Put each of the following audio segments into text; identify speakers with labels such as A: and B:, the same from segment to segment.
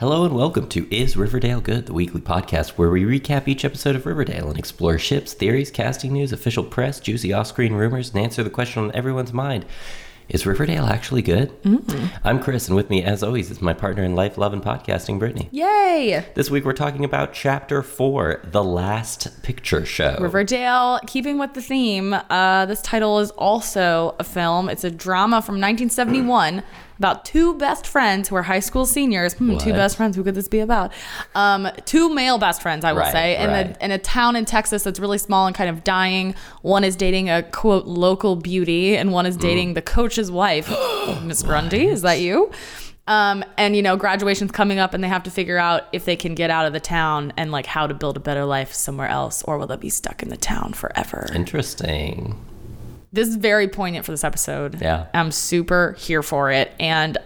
A: Hello and welcome to Is Riverdale Good, the weekly podcast where we recap each episode of Riverdale and explore ships, theories, casting news, official press, juicy off screen rumors, and answer the question on everyone's mind Is Riverdale actually good?
B: Mm-hmm.
A: I'm Chris, and with me, as always, is my partner in life, love, and podcasting, Brittany.
B: Yay!
A: This week we're talking about Chapter 4, The Last Picture Show.
B: Riverdale, keeping with the theme, uh, this title is also a film. It's a drama from 1971 about two best friends who are high school seniors. Hmm, two
A: What?
B: best friends, who could this be about? Um, two male best friends, I will
A: Right,
B: say, in,
A: right.
B: a, in a town in Texas that's really small and kind of dying. One is dating a quote local beauty, and
A: Mm.
B: one is dating the coach's wife. Miss Grundy, is that you? Um, and you know, graduation's coming up, and they have to figure out if they can get out of the town and like how to build a better life somewhere else, or will they be stuck in the town forever?
A: Interesting.
B: this is very poignant for this episode.
A: Yeah.
B: I'm super here for it, and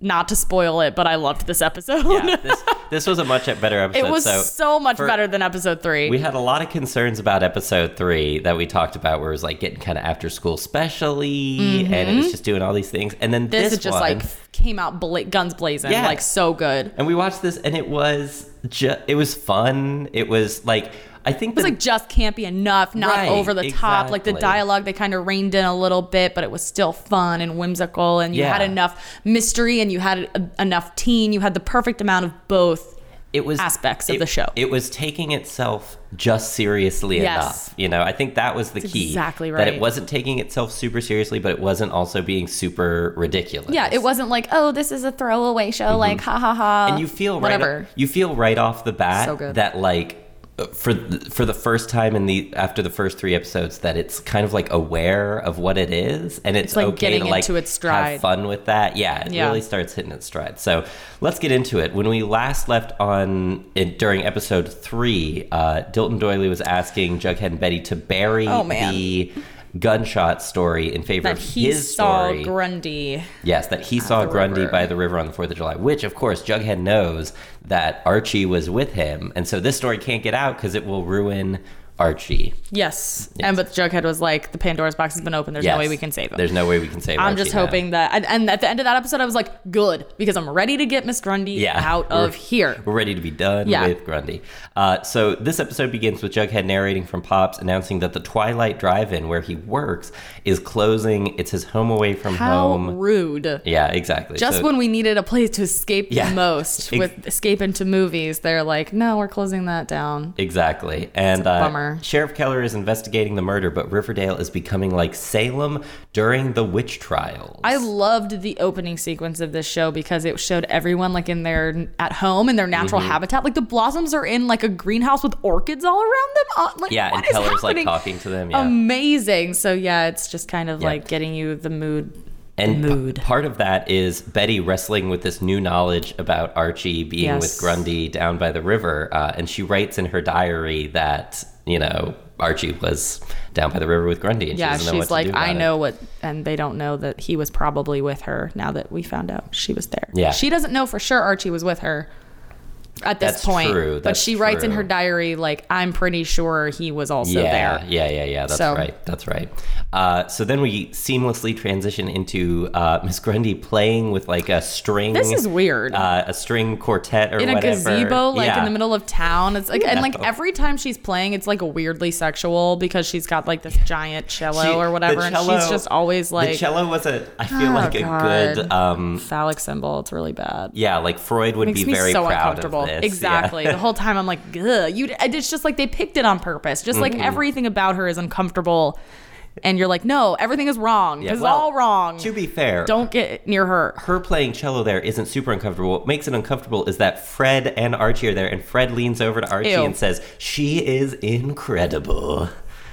B: not to spoil it, but I loved this episode.
A: Yeah, this, this was a much better episode.
B: it was so,
A: so uh,
B: much
A: for-
B: better than episode three.
A: We had a lot of concerns about episode three that we talked about, where it was like getting kind of after school specially, and it was just doing all these things. And then
B: Mm-hmm. this,
A: this,
B: is just
A: one,
B: like came out bla- guns blazing,
A: Yeah.
B: like so good.
A: and we watched this, and it was just, it was fun. It was like, I think
B: It was like just campy enough, not
A: Right,
B: over the top. Like the
A: exactly.
B: dialogue, they kind of reined in a little bit, but it was still fun and whimsical. And you
A: Yeah.
B: had enough mystery and you had a, enough teen. You had the perfect amount of both.
A: it was
B: aspects of
A: it-
B: the show.
A: It was taking itself just seriously
B: Yes.
A: enough. You know, I think that was the key.
B: exactly
A: That it
B: right.
A: wasn't taking itself super seriously, but it wasn't also being super ridiculous.
B: Yeah, it wasn't like, oh, this is a throwaway show. Like, ha ha ha.
A: Mm-hmm. and you feel right
B: whatever.
A: you feel right off the bat
B: So good.
A: that like uh, for th- for the first time in the after the first three episodes that it's kind of like aware of what it is and it's,
B: like
A: okay
B: getting
A: to like
B: into its
A: have
B: stride.
A: fun with that yeah it
B: Yeah.
A: really starts hitting its stride so let's get into it when we last left on in, during episode three uh, Dilton Doily was asking Jughead and Betty to bury
B: Oh, man.
A: the gunshot story in favor
B: that
A: of
B: he
A: his
B: saw
A: story
B: Grundy.
A: Yes, that he saw
B: the
A: Grundy
B: river.
A: by the river on the 4th of July, which, of course, Jughead knows that Archie was with him. And so this story can't get out because it will ruin Archie.
B: Yes. And but Jughead was like, the Pandora's box has been opened. There's no way we can save him.
A: There's no way we can save
B: I'm
A: Archie
B: just
A: now.
B: hoping that, and, and at the end of that episode, I was like, good, because I'm ready to get Miss Grundy
A: Yeah.
B: out
A: We're-
B: of here.
A: We're ready to be done
B: Yeah.
A: with Grundy. Uh, so this episode begins with Jughead narrating from Pops, announcing that the Twilight Drive In, where he works, is closing. It's his home away from
B: How
A: home.
B: rude.
A: Yeah, exactly.
B: Just
A: So-
B: when we needed a place to escape
A: Yeah.
B: the
A: Ex-
B: most with escape into movies, they're like, no, we're closing that down.
A: Exactly. And uh,
B: bummer.
A: Sheriff Keller is investigating the murder, but Riverdale is becoming like Salem during the witch trials.
B: I loved the opening sequence of this show because it showed everyone like in their at home in their natural
A: Mm-hmm.
B: habitat. Like the blossoms are in like a greenhouse with orchids all around them. Uh, like,
A: yeah,
B: what
A: and
B: is
A: Keller's like
B: happening?
A: talking to them. Yeah.
B: Amazing. So yeah, it's just kind of
A: Yeah.
B: like getting you the mood.
A: and p-
B: mood.
A: part of that is Betty wrestling with this new knowledge about Archie being with
B: Yes.
A: Grundy down by the river. Uh, and she writes in her diary that, you know, Archie was down by the river with Grundy. And
B: Yeah,
A: she doesn't know what
B: she's
A: to
B: like,
A: do about
B: I
A: it."
B: know what, and they don't know that he was probably with her. Now that we found out she was there,
A: Yeah.
B: she doesn't know for sure Archie was with her at this
A: That's
B: point.
A: true,
B: but
A: that's
B: she writes in
A: true.
B: her diary like, I'm pretty sure he was also there.
A: yeah, Yeah, yeah, yeah. That's
B: So-
A: right. That's right. Uh, so then we seamlessly transition into uh, Miss Grundy playing with like a string.
B: This is weird.
A: Uh, a string quartet or
B: in
A: whatever.
B: a gazebo, like
A: Yeah.
B: in the middle of town. It's like and like
A: Yeah.
B: every time she's playing, it's like weirdly sexual because she's got like this giant cello
A: She-
B: or
A: the
B: whatever, and
A: cello-
B: she's just always
A: the
B: like
A: cello was a. I feel
B: Oh,
A: like a good.
B: God.
A: Um,
B: phallic symbol. It's really bad.
A: yeah, like Freud would
B: Makes
A: be
B: me
A: very
B: so
A: proud
B: uncomfortable.
A: of this. Yeah.
B: Exactly. the whole time I'm like, Ugh. you. and It's just like they picked it on purpose. Just
A: Mm-hmm.
B: like everything about her is uncomfortable, and you're like, no, everything is wrong.
A: Yeah,
B: this
A: well,
B: is all wrong.
A: To be fair,
B: Don't get near her.
A: her playing cello there isn't super uncomfortable. What makes it uncomfortable is that Fred and Archie are there, and Fred leans over to Archie
B: Ew.
A: and says, "She is incredible,"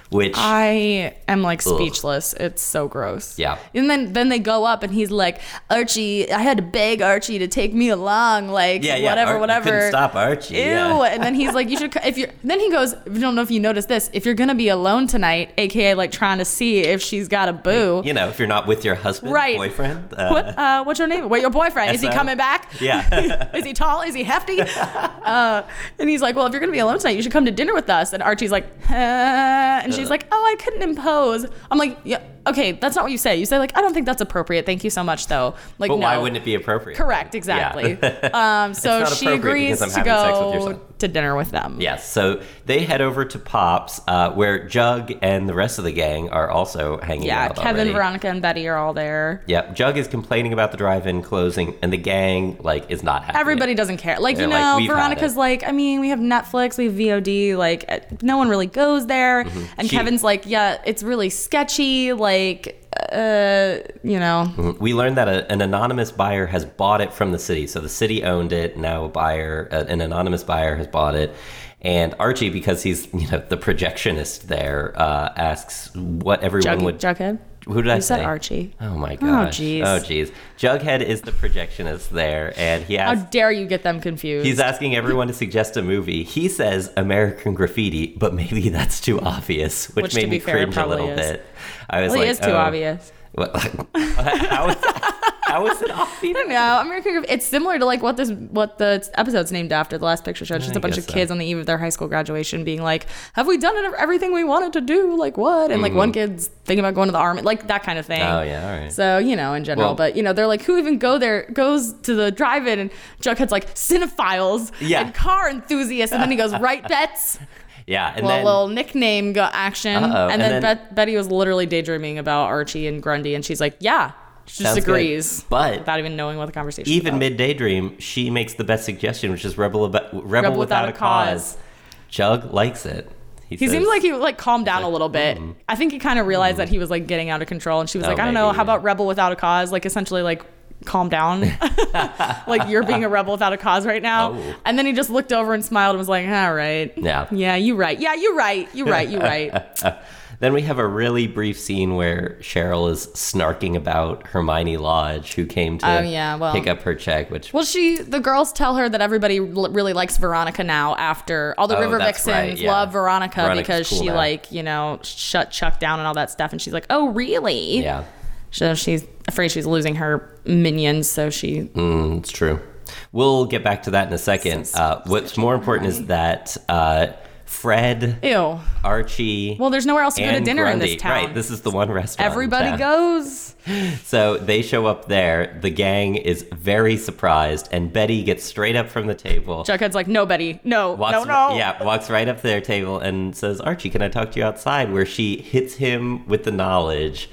A: which
B: Ah, I am like speechless. It's so gross.
A: Yeah.
B: And then then they go up and he's like, Archie, I had to beg Archie to take me along, like
A: yeah, yeah,
B: whatever,
A: Ar- you
B: whatever.
A: Couldn't stop Archie.
B: Ew.
A: yeah.
B: And then he's like, you should. co- If you're. Then he goes. I don't know if you noticed this. If you're gonna be alone tonight, aka like trying to see if she's got a boo.
A: you know, if you're not with your husband,
B: Right.
A: boyfriend, uh,
B: What? Uh, what's your name? What your boyfriend? Is he
A: SO?
B: coming back?
A: Yeah.
B: is he tall? Is he hefty? Uh, and he's like, well, if you're gonna be alone tonight, you should
A: Uh.
B: come to dinner with us. And Archie's like, huh? and she's like, oh, I couldn't impose. I'm like, yeah. okay, that's not what you say. You say like, I don't think that's appropriate. Thank you so much, though. Like,
A: But
B: no.
A: why wouldn't it be appropriate?
B: Correct,
A: Yeah.
B: exactly. um, so
A: not
B: she
A: appropriate
B: agrees
A: because I'm
B: to
A: having sex with your
B: go
A: son.
B: to dinner with them.
A: Yes, so they head over to Pops, uh, where Jug and the rest of the gang are also hanging
B: Yeah,
A: out.
B: Kevin,
A: already.
B: Veronica, and Betty are all there.
A: Yep, Jug is complaining about the drive-in closing, and the gang like is not happy.
B: Everybody doesn't care. Like,
A: They're
B: you
A: like,
B: know,
A: "We've had
B: Veronica's
A: it."
B: like, I mean, we have Netflix, we have VOD, like, eh, no one really goes there. And
A: Mm-hmm. She-
B: Kevin's like, yeah, it's really sketchy. Like, uh, you know,
A: We learned that a, an anonymous buyer has bought it from the city. So the city owned it. Now a buyer, a- an anonymous buyer, has bought it. And Archie, because he's you know the projectionist there, uh, asks what everyone
B: Jug-
A: would.
B: Jughead.
A: who did I
B: You said
A: say?
B: Archie.
A: Oh my gosh!
B: jeez.
A: Oh jeez! Jughead is the projectionist there, and he
B: How
A: asks.
B: dare you get them confused?
A: He's asking everyone to suggest a movie. He says American Graffiti, but maybe that's too obvious, which,
B: Which, to
A: made
B: be
A: me
B: fair, it
A: cringe a little
B: probably is.
A: bit. I was
B: Well,
A: like,
B: it is too
A: oh.
B: obvious.
A: What- how, is, how is it obvious?
B: I don't know. American Graffiti. It's similar to like what this what the episode's named after. The last picture show. It's just
A: I
B: a bunch
A: guess
B: of
A: so.
B: kids on the eve of their high school graduation, being like, "Have we done it- everything we wanted to do? Like what?" And like one kid's thinking about going to the army, like that kind of thing.
A: Mm-hmm. Oh, yeah, all right.
B: So you know, in general,
A: Well-
B: but you know, they're like, "Who even go there?" Goes to the drive-in, and Jughead's like, "Cinephiles
A: Yeah.
B: and car enthusiasts," and then he goes, "Right, Bets."
A: Yeah, and
B: Well,
A: then
B: little nickname go action,
A: Uh-oh, and
B: and then,
A: then-
B: Bet- Betty was literally daydreaming about Archie and Grundy, and she's like, "Yeah." She just
A: Sounds good.
B: agrees,
A: But-
B: without even knowing what the conversation. is
A: even
B: about.
A: mid daydream, she makes the best suggestion, which is Rebel, about, Rebel, without, a cause. Jug likes it.
B: He
A: says-
B: seemed like he like calmed down a little bit. I think he kind of realized that he was like getting out of control, and she was
A: mm-hmm. Oh,
B: like, "I don't know,
A: maybe,
B: how
A: yeah.
B: about rebel without a cause?" Like essentially, like calm down, like you're being a rebel without a cause right now.
A: Oh.
B: And then he just looked over and smiled and was like, "All right,
A: Yeah.
B: yeah, you right, yeah, you right, you right, you right."
A: Then we have a really brief scene where Cheryl is snarking about Hermione Lodge, who came to
B: Oh, yeah, well-
A: pick up her check, which
B: Well, she the girls tell her that everybody l- really likes Veronica now. After all the
A: Oh,
B: River
A: that's
B: Vixens
A: right, yeah.
B: love Veronica
A: Veronica's
B: because
A: cool
B: she
A: now.
B: like you know shut Chuck down and all that stuff, and she's like, "Oh, really?"
A: yeah.
B: So she's afraid she's losing her minions, so she
A: Mm, It's true. We'll get back to that in a second. Uh, what's more important is that uh, Fred,
B: ew.
A: Archie,
B: Well, there's nowhere else to go to
A: and
B: dinner in
A: Grundy-
B: this town.
A: Right, this is the one restaurant. in
B: Everybody
A: town.
B: goes.
A: So they show up there. The gang is very surprised, and Betty gets straight up from the table.
B: Jughead's like, no, Betty, no,
A: walks,
B: no, no.
A: Yeah, walks right up to their table and says, Archie, can I talk to you outside? Where she hits him with the knowledge.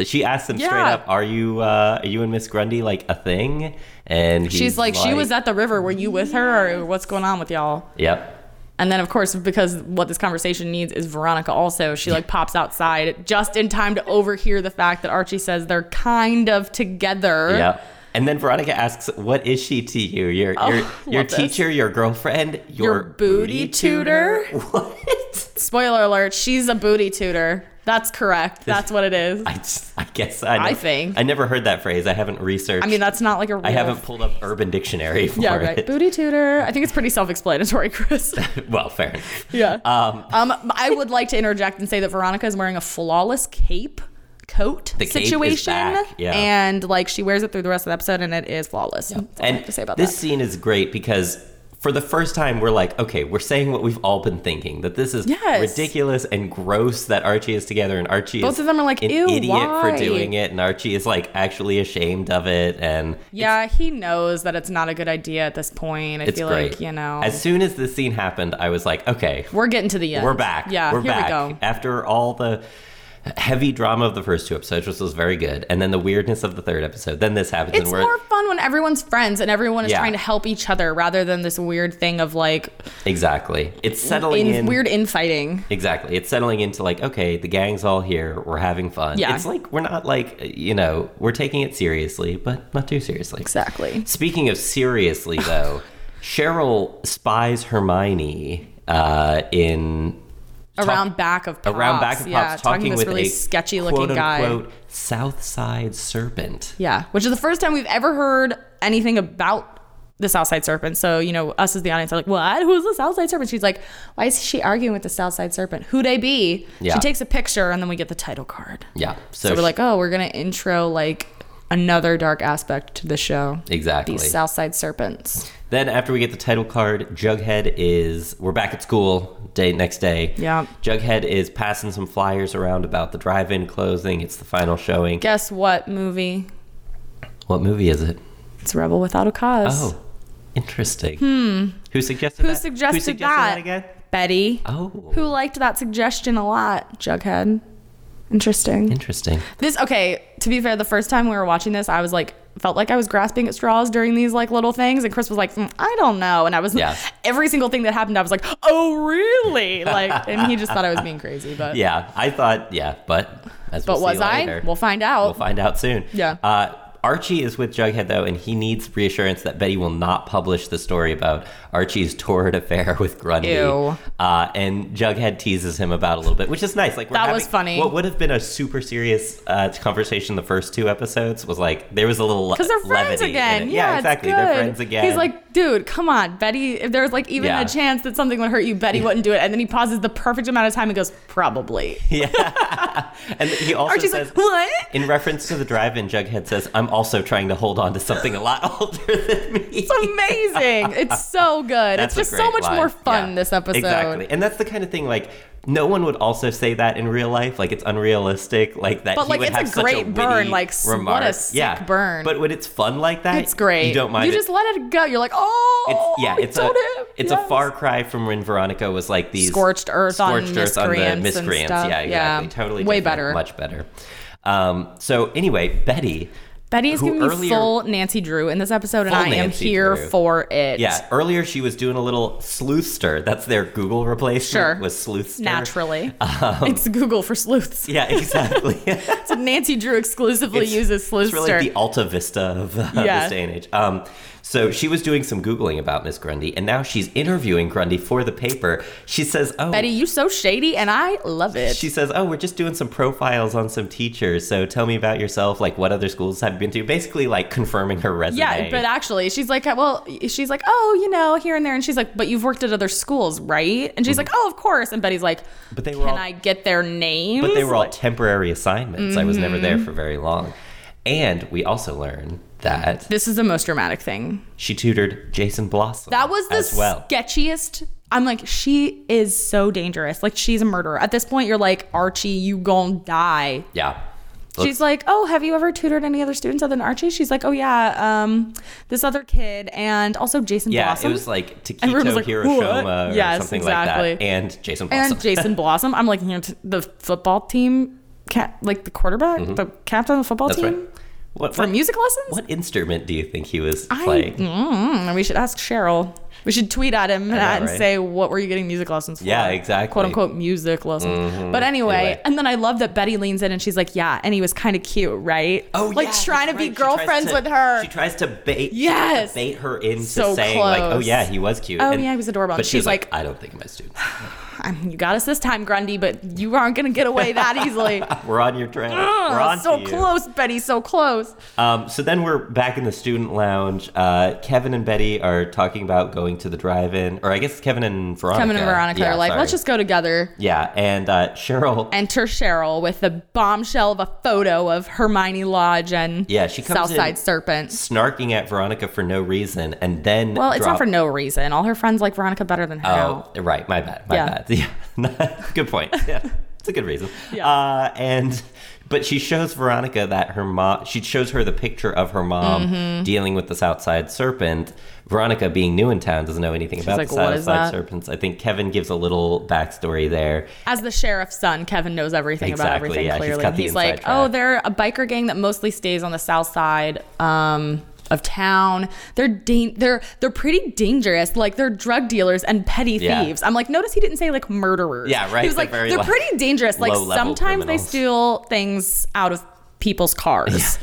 A: She asks him straight
B: Yeah.
A: up, "Are you uh, are you and Miss Grundy like a thing?" And he's
B: She's like, she was at the river. Were you with her, or what's going on with y'all?
A: "Yep,
B: And then, of course, because what this conversation needs is Veronica also. She like pops outside just in time to overhear the fact that Archie says they're kind of together.
A: Yep. And then Veronica asks, "What is she to you? Your your your
B: Oh, love this.
A: teacher, your girlfriend, your,
B: booty tutor?
A: What?
B: Spoiler alert: she's a booty tutor. That's correct. That's what it is.
A: I, just- I guess I. never-
B: think.
A: I never heard that phrase. I haven't researched.
B: I mean, that's not like a real.
A: I haven't pulled up Urban Dictionary for
B: Yeah, right.
A: it.
B: Booty tutor. I think it's pretty self-explanatory, Chris.
A: well, fair. enough.
B: yeah.
A: Um,
B: Um, I would like to interject and say that Veronica is wearing a flawless cape coat
A: The cape is
B: situation,
A: back, yeah.
B: and like she wears it through the rest of the episode, and it is flawless. That's all I
A: and
B: have to say about
A: this
B: that.
A: scene is great because for the first time we're like okay we're saying what we've all been thinking that this is
B: Yes.
A: ridiculous and gross that archie is together and archie
B: Both
A: is
B: of them are like,
A: an
B: "Ew,
A: idiot for
B: why?"
A: doing it and archie is like actually ashamed of it and
B: Yeah, he knows that it's not a good idea at this point. I
A: it's
B: feel
A: great
B: like you know
A: as soon as this scene happened i was like okay
B: we're getting to the end.
A: we're back
B: Yeah,
A: we're
B: here
A: back
B: we go.
A: after all the heavy drama of the first two episodes which was very good and then the weirdness of the third episode then this happens
B: It's
A: and we're
B: more fun when everyone's friends and everyone is
A: Yeah.
B: trying to help each other rather than this weird thing of like
A: exactly it's settling
B: in,
A: in
B: weird infighting.
A: Exactly. It's settling into like, okay, the gang's all here. We're having fun.
B: Yeah.
A: It's like we're not like, you know, we're taking it seriously, but not too seriously.
B: Exactly.
A: Speaking of seriously, though, Cheryl spies Hermione uh, in
B: around back of pops.
A: around back of pops
B: yeah,
A: talking
B: to this
A: with
B: really
A: a
B: sketchy looking guy.
A: quote-unquote South Side Serpent.
B: Yeah, which is the first time we've ever heard anything about the Southside Serpent. So you know, us as the audience are like, "What? Who's the Southside Serpent?" She's like, "Why is she arguing with the Southside Serpent? Who they be?"
A: Yeah.
B: She takes a picture, and then we get the title card.
A: Yeah. So,
B: So, we're
A: she-
B: like, "Oh, we're gonna intro like another dark aspect to the show.
A: Exactly.
B: These Southside Serpents.
A: Then after we get the title card, Jughead is we're back at school day next day.
B: Yeah.
A: Jughead is passing some flyers around about the drive-in closing. It's the final showing.
B: Guess what movie?
A: What movie is it?
B: It's Rebel Without a Cause.
A: Oh, interesting. Hmm. Who suggested
B: Who
A: that?
B: suggested
A: Who suggested
B: that?
A: that? again?
B: Betty.
A: Oh.
B: Who liked that suggestion a lot? Jughead. Interesting.
A: Interesting.
B: This okay, to be fair, the first time we were watching this, I was like felt like I was grasping at straws during these like little things and Chris was like, "Mm, "I don't know." And I was
A: Yeah.
B: every single thing that happened, I was like, "Oh, really?" Like and he just thought I was being crazy, but
A: Yeah, I thought. Yeah, but as
B: but
A: we'll
B: was
A: see
B: I?
A: Later,
B: We'll find out.
A: We'll find out soon.
B: Oh. Yeah.
A: Uh, Archie is with Jughead though, and he needs reassurance that Betty will not publish the story about Archie's torrid affair with Grundy.
B: Ew.
A: Uh, and Jughead teases him about a little bit, which is nice. Like we're
B: That was
A: having-
B: funny.
A: What would have been a super serious uh, conversation the first two episodes was like there was a little
B: Because they're friends
A: levity in
B: again.
A: it.
B: Yeah,
A: Yeah,
B: it's
A: exactly. They're
B: good.
A: friends again.
B: He's like, dude, come on, Betty. If there was like even
A: Yeah.
B: a chance that something would hurt you, Betty wouldn't do it. And then he pauses the perfect amount of time and goes, probably.
A: and he also
B: Archie's
A: says.
B: like, what?
A: in reference to the drive-in, Jughead says, "I'm also trying to hold on to something a lot older than me."
B: It's amazing. it's so good.
A: That's
B: it's just
A: a
B: so
A: great
B: much more
A: line.
B: fun
A: Yeah.
B: this episode.
A: Exactly. And that's the kind of thing like no one would also say that in real life. Like it's unrealistic. Like that.
B: But,
A: he
B: like,
A: would
B: it's a
A: have such
B: great
A: witty
B: burn, like, s- what a
A: remark.
B: sick
A: yeah.
B: burn.
A: But when it's fun like that,
B: It's great.
A: You don't mind.
B: You
A: it.
B: just let it go. You're like, oh,
A: It's, yeah,
B: he
A: it's a
B: told him.
A: it's
B: Yes.
A: a far cry from when Veronica was like these
B: Scorched earth
A: scorched
B: on
A: earth on the
B: miscreants and
A: miscreants.
B: stuff.
A: Yeah, exactly.
B: Yeah.
A: Totally
B: Way
A: different,
B: better.
A: much better. Um, so anyway, Betty.
B: Betty is
A: who
B: giving me
A: earlier-
B: full Nancy Drew in this episode, and
A: Full
B: I am
A: Nancy
B: here
A: Drew.
B: for it.
A: Yeah, earlier she was doing a little sleuthster. That's their Google replacement.
B: Sure.
A: was sleuthster.
B: Naturally. it's Google for sleuths.
A: Um, Yeah, exactly.
B: So Nancy Drew exclusively uses
A: It's
B: Sleuthster.
A: really like the Alta Vista of uh,
B: Yeah.
A: this day and age. Um, so she was doing some googling about Miss Grundy, and now she's interviewing Grundy for the paper. She says, "Oh,
B: Betty, you so shady, and I love it.
A: she says, "Oh, we're just doing some profiles on some teachers. So tell me about yourself. Like, what other schools have you been to? Basically, like confirming her resume.
B: yeah, but actually, she's like, well, she's like, oh, you know, here and there, and she's like, but you've worked at other schools, right? And she's
A: Mm-hmm.
B: like, oh, of course. And Betty's like,
A: But they were
B: can
A: all-
B: I get their names?
A: But they were all temporary assignments. I was never
B: Mm-hmm.
A: there for very long. And we also learn that
B: This is the most dramatic thing.
A: she tutored Jason Blossom.
B: That was the
A: as well.
B: sketchiest. I'm like, she is so dangerous. Like, she's a murderer. At this point, you're like, Archie, you gon' die.
A: yeah,
B: She's like, "Oh, have you ever tutored any other students other than Archie?" She's like, "Oh yeah, um, this other kid and also Jason
A: Yeah,
B: Blossom
A: it was like
B: And
A: Taquito
B: everyone was like,
A: Hiroshima
B: "What?"
A: or
B: Yes,
A: something like that.
B: exactly.
A: And Jason Blossom.
B: and Jason Blossom." I'm like, you know, t- the football team, ca- like the quarterback, the captain of the football
A: Mm-hmm. That's
B: team
A: right. What,
B: for
A: what,
B: music lessons.
A: what instrument do you think he was
B: I-
A: playing?
B: mm, we should ask Cheryl. We should tweet at him and- and
A: right?
B: say, "What were you getting music lessons for?"
A: Yeah, exactly. Mm-hmm.
B: "Quote unquote music lessons." But anyway,
A: Anyway.
B: and then I love that Betty leans in and she's like, "Yeah," and he was kind of cute, right?
A: Oh,
B: like
A: yeah,
B: trying to
A: that's right.
B: be
A: She tries
B: girlfriends
A: to-
B: with her.
A: She tries to bait, she tries to
B: Yes.
A: bait her into
B: So
A: saying like, "Oh
B: close.
A: yeah, he was cute."
B: Oh, yeah, he was adorable.
A: But
B: And
A: she's
B: she's
A: like,
B: like-
A: "I don't think my student.
B: I mean, you got us this time, Grundy, but you aren't gonna get away that easily.
A: We're on your trail.
B: Oh,
A: We're on
B: so
A: to you."
B: close, Betty, so close.
A: Um, so then we're back in the student lounge. Uh, Kevin and Betty are talking about going to the drive-in, or I guess Kevin and Veronica.
B: Kevin and Veronica
A: Yeah,
B: are like,
A: sorry.
B: let's just go together.
A: Yeah, and uh, Cheryl
B: Enter Cheryl with the bombshell of a photo of Hermione Lodge and
A: Yeah, she comes
B: Southside
A: in-
B: Serpent.
A: snarking at Veronica for no reason, and then
B: Well, it's
A: drop-
B: not for no reason. All her friends like Veronica better than her.
A: Oh, right. My bad. My
B: Yeah.
A: bad. Yeah. good point. Yeah. It's a good reason.
B: Yeah.
A: Uh, and but she shows Veronica that her mom. She shows her the picture of her mom
B: Mm-hmm.
A: dealing with the Southside Serpent. Veronica, being new in town, doesn't know anything about
B: like,
A: the
B: "What is
A: Southside
B: that?"
A: Serpents. I think Kevin gives a little backstory there.
B: As the sheriff's son, Kevin knows everything about
A: Exactly,
B: everything
A: yeah, he's
B: clearly.
A: got the
B: he's
A: inside
B: like,
A: track.
B: oh, they're a biker gang that mostly stays on the south side um, of town. They're dan- they're they're pretty dangerous. Like they're drug dealers and petty
A: Yeah.
B: thieves. I'm like, notice he didn't say like murderers.
A: Yeah, right,
B: He was
A: they're
B: like,
A: very,
B: they're
A: like,
B: pretty dangerous. Like
A: low-level
B: sometimes they
A: criminals.
B: steal things out of people's cars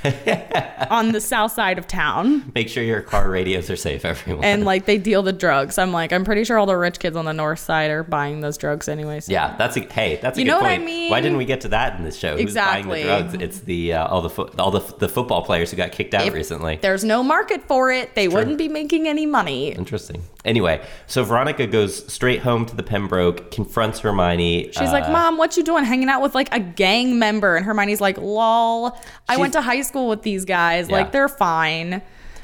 B: on the south side of town
A: Make sure your car radios are safe, everyone.
B: and like they deal the drugs i'm like i'm pretty sure all the rich kids on the north side are buying those drugs anyways
A: yeah, that's a hey. That's a
B: You
A: good
B: know what I
A: point.
B: mean?
A: Why didn't we get to that in this show?
B: Exactly.
A: Who's buying the drugs? It's the uh, all the fo- all the, the football players who got kicked out
B: If
A: recently.
B: There's no market for it. They wouldn't be making any money.
A: Interesting. Anyway, so Veronica goes straight home to the Pembroke, confronts Hermione. uh,
B: She's like, Mom, what you doing hanging out with like a gang member? And Hermione's like, lol. trouble. I
A: She's-
B: went to high school with these guys.
A: Yeah.
B: Like they're fine.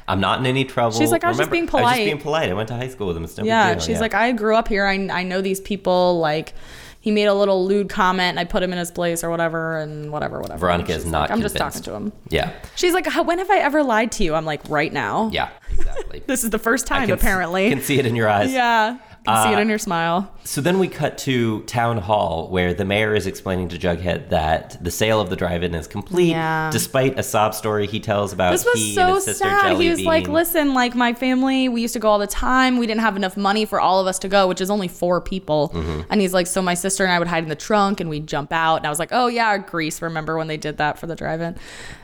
A: I'm not in any trouble.
B: She's like, "I was just being
A: I was
B: polite."
A: just being polite. I went to high school with him. It's no big
B: Yeah.
A: deal."
B: she's like, I grew up here. I, I know these people. Like, he made a little lewd comment and I put him in his place or whatever and whatever, whatever.
A: Veronica is
B: She's
A: not
B: like, I'm just
A: convinced.
B: talking to him.
A: yeah,
B: She's like, "How- when have I ever lied to you? I'm like, right now.
A: yeah, exactly.
B: This is the first
A: I
B: time,
A: can s-
B: apparently.
A: can see it in your eyes.
B: yeah. Can see
A: Uh,
B: it in your smile.
A: So then we cut to town hall where the mayor is explaining to Jughead that the sale of the drive-in is complete,
B: Yeah.
A: despite a sob story he tells about
B: This was
A: he and
B: so
A: his sister
B: sad.
A: Jelly
B: He was like,
A: Bean.
B: listen, like my family, we used to go all the time. We didn't have enough money for all of us to go, which is only four people.
A: Mm-hmm.
B: And he's like, so my sister and I would hide in the trunk and we'd jump out. And I was like, oh yeah, Greece. Remember when they did that for the drive-in?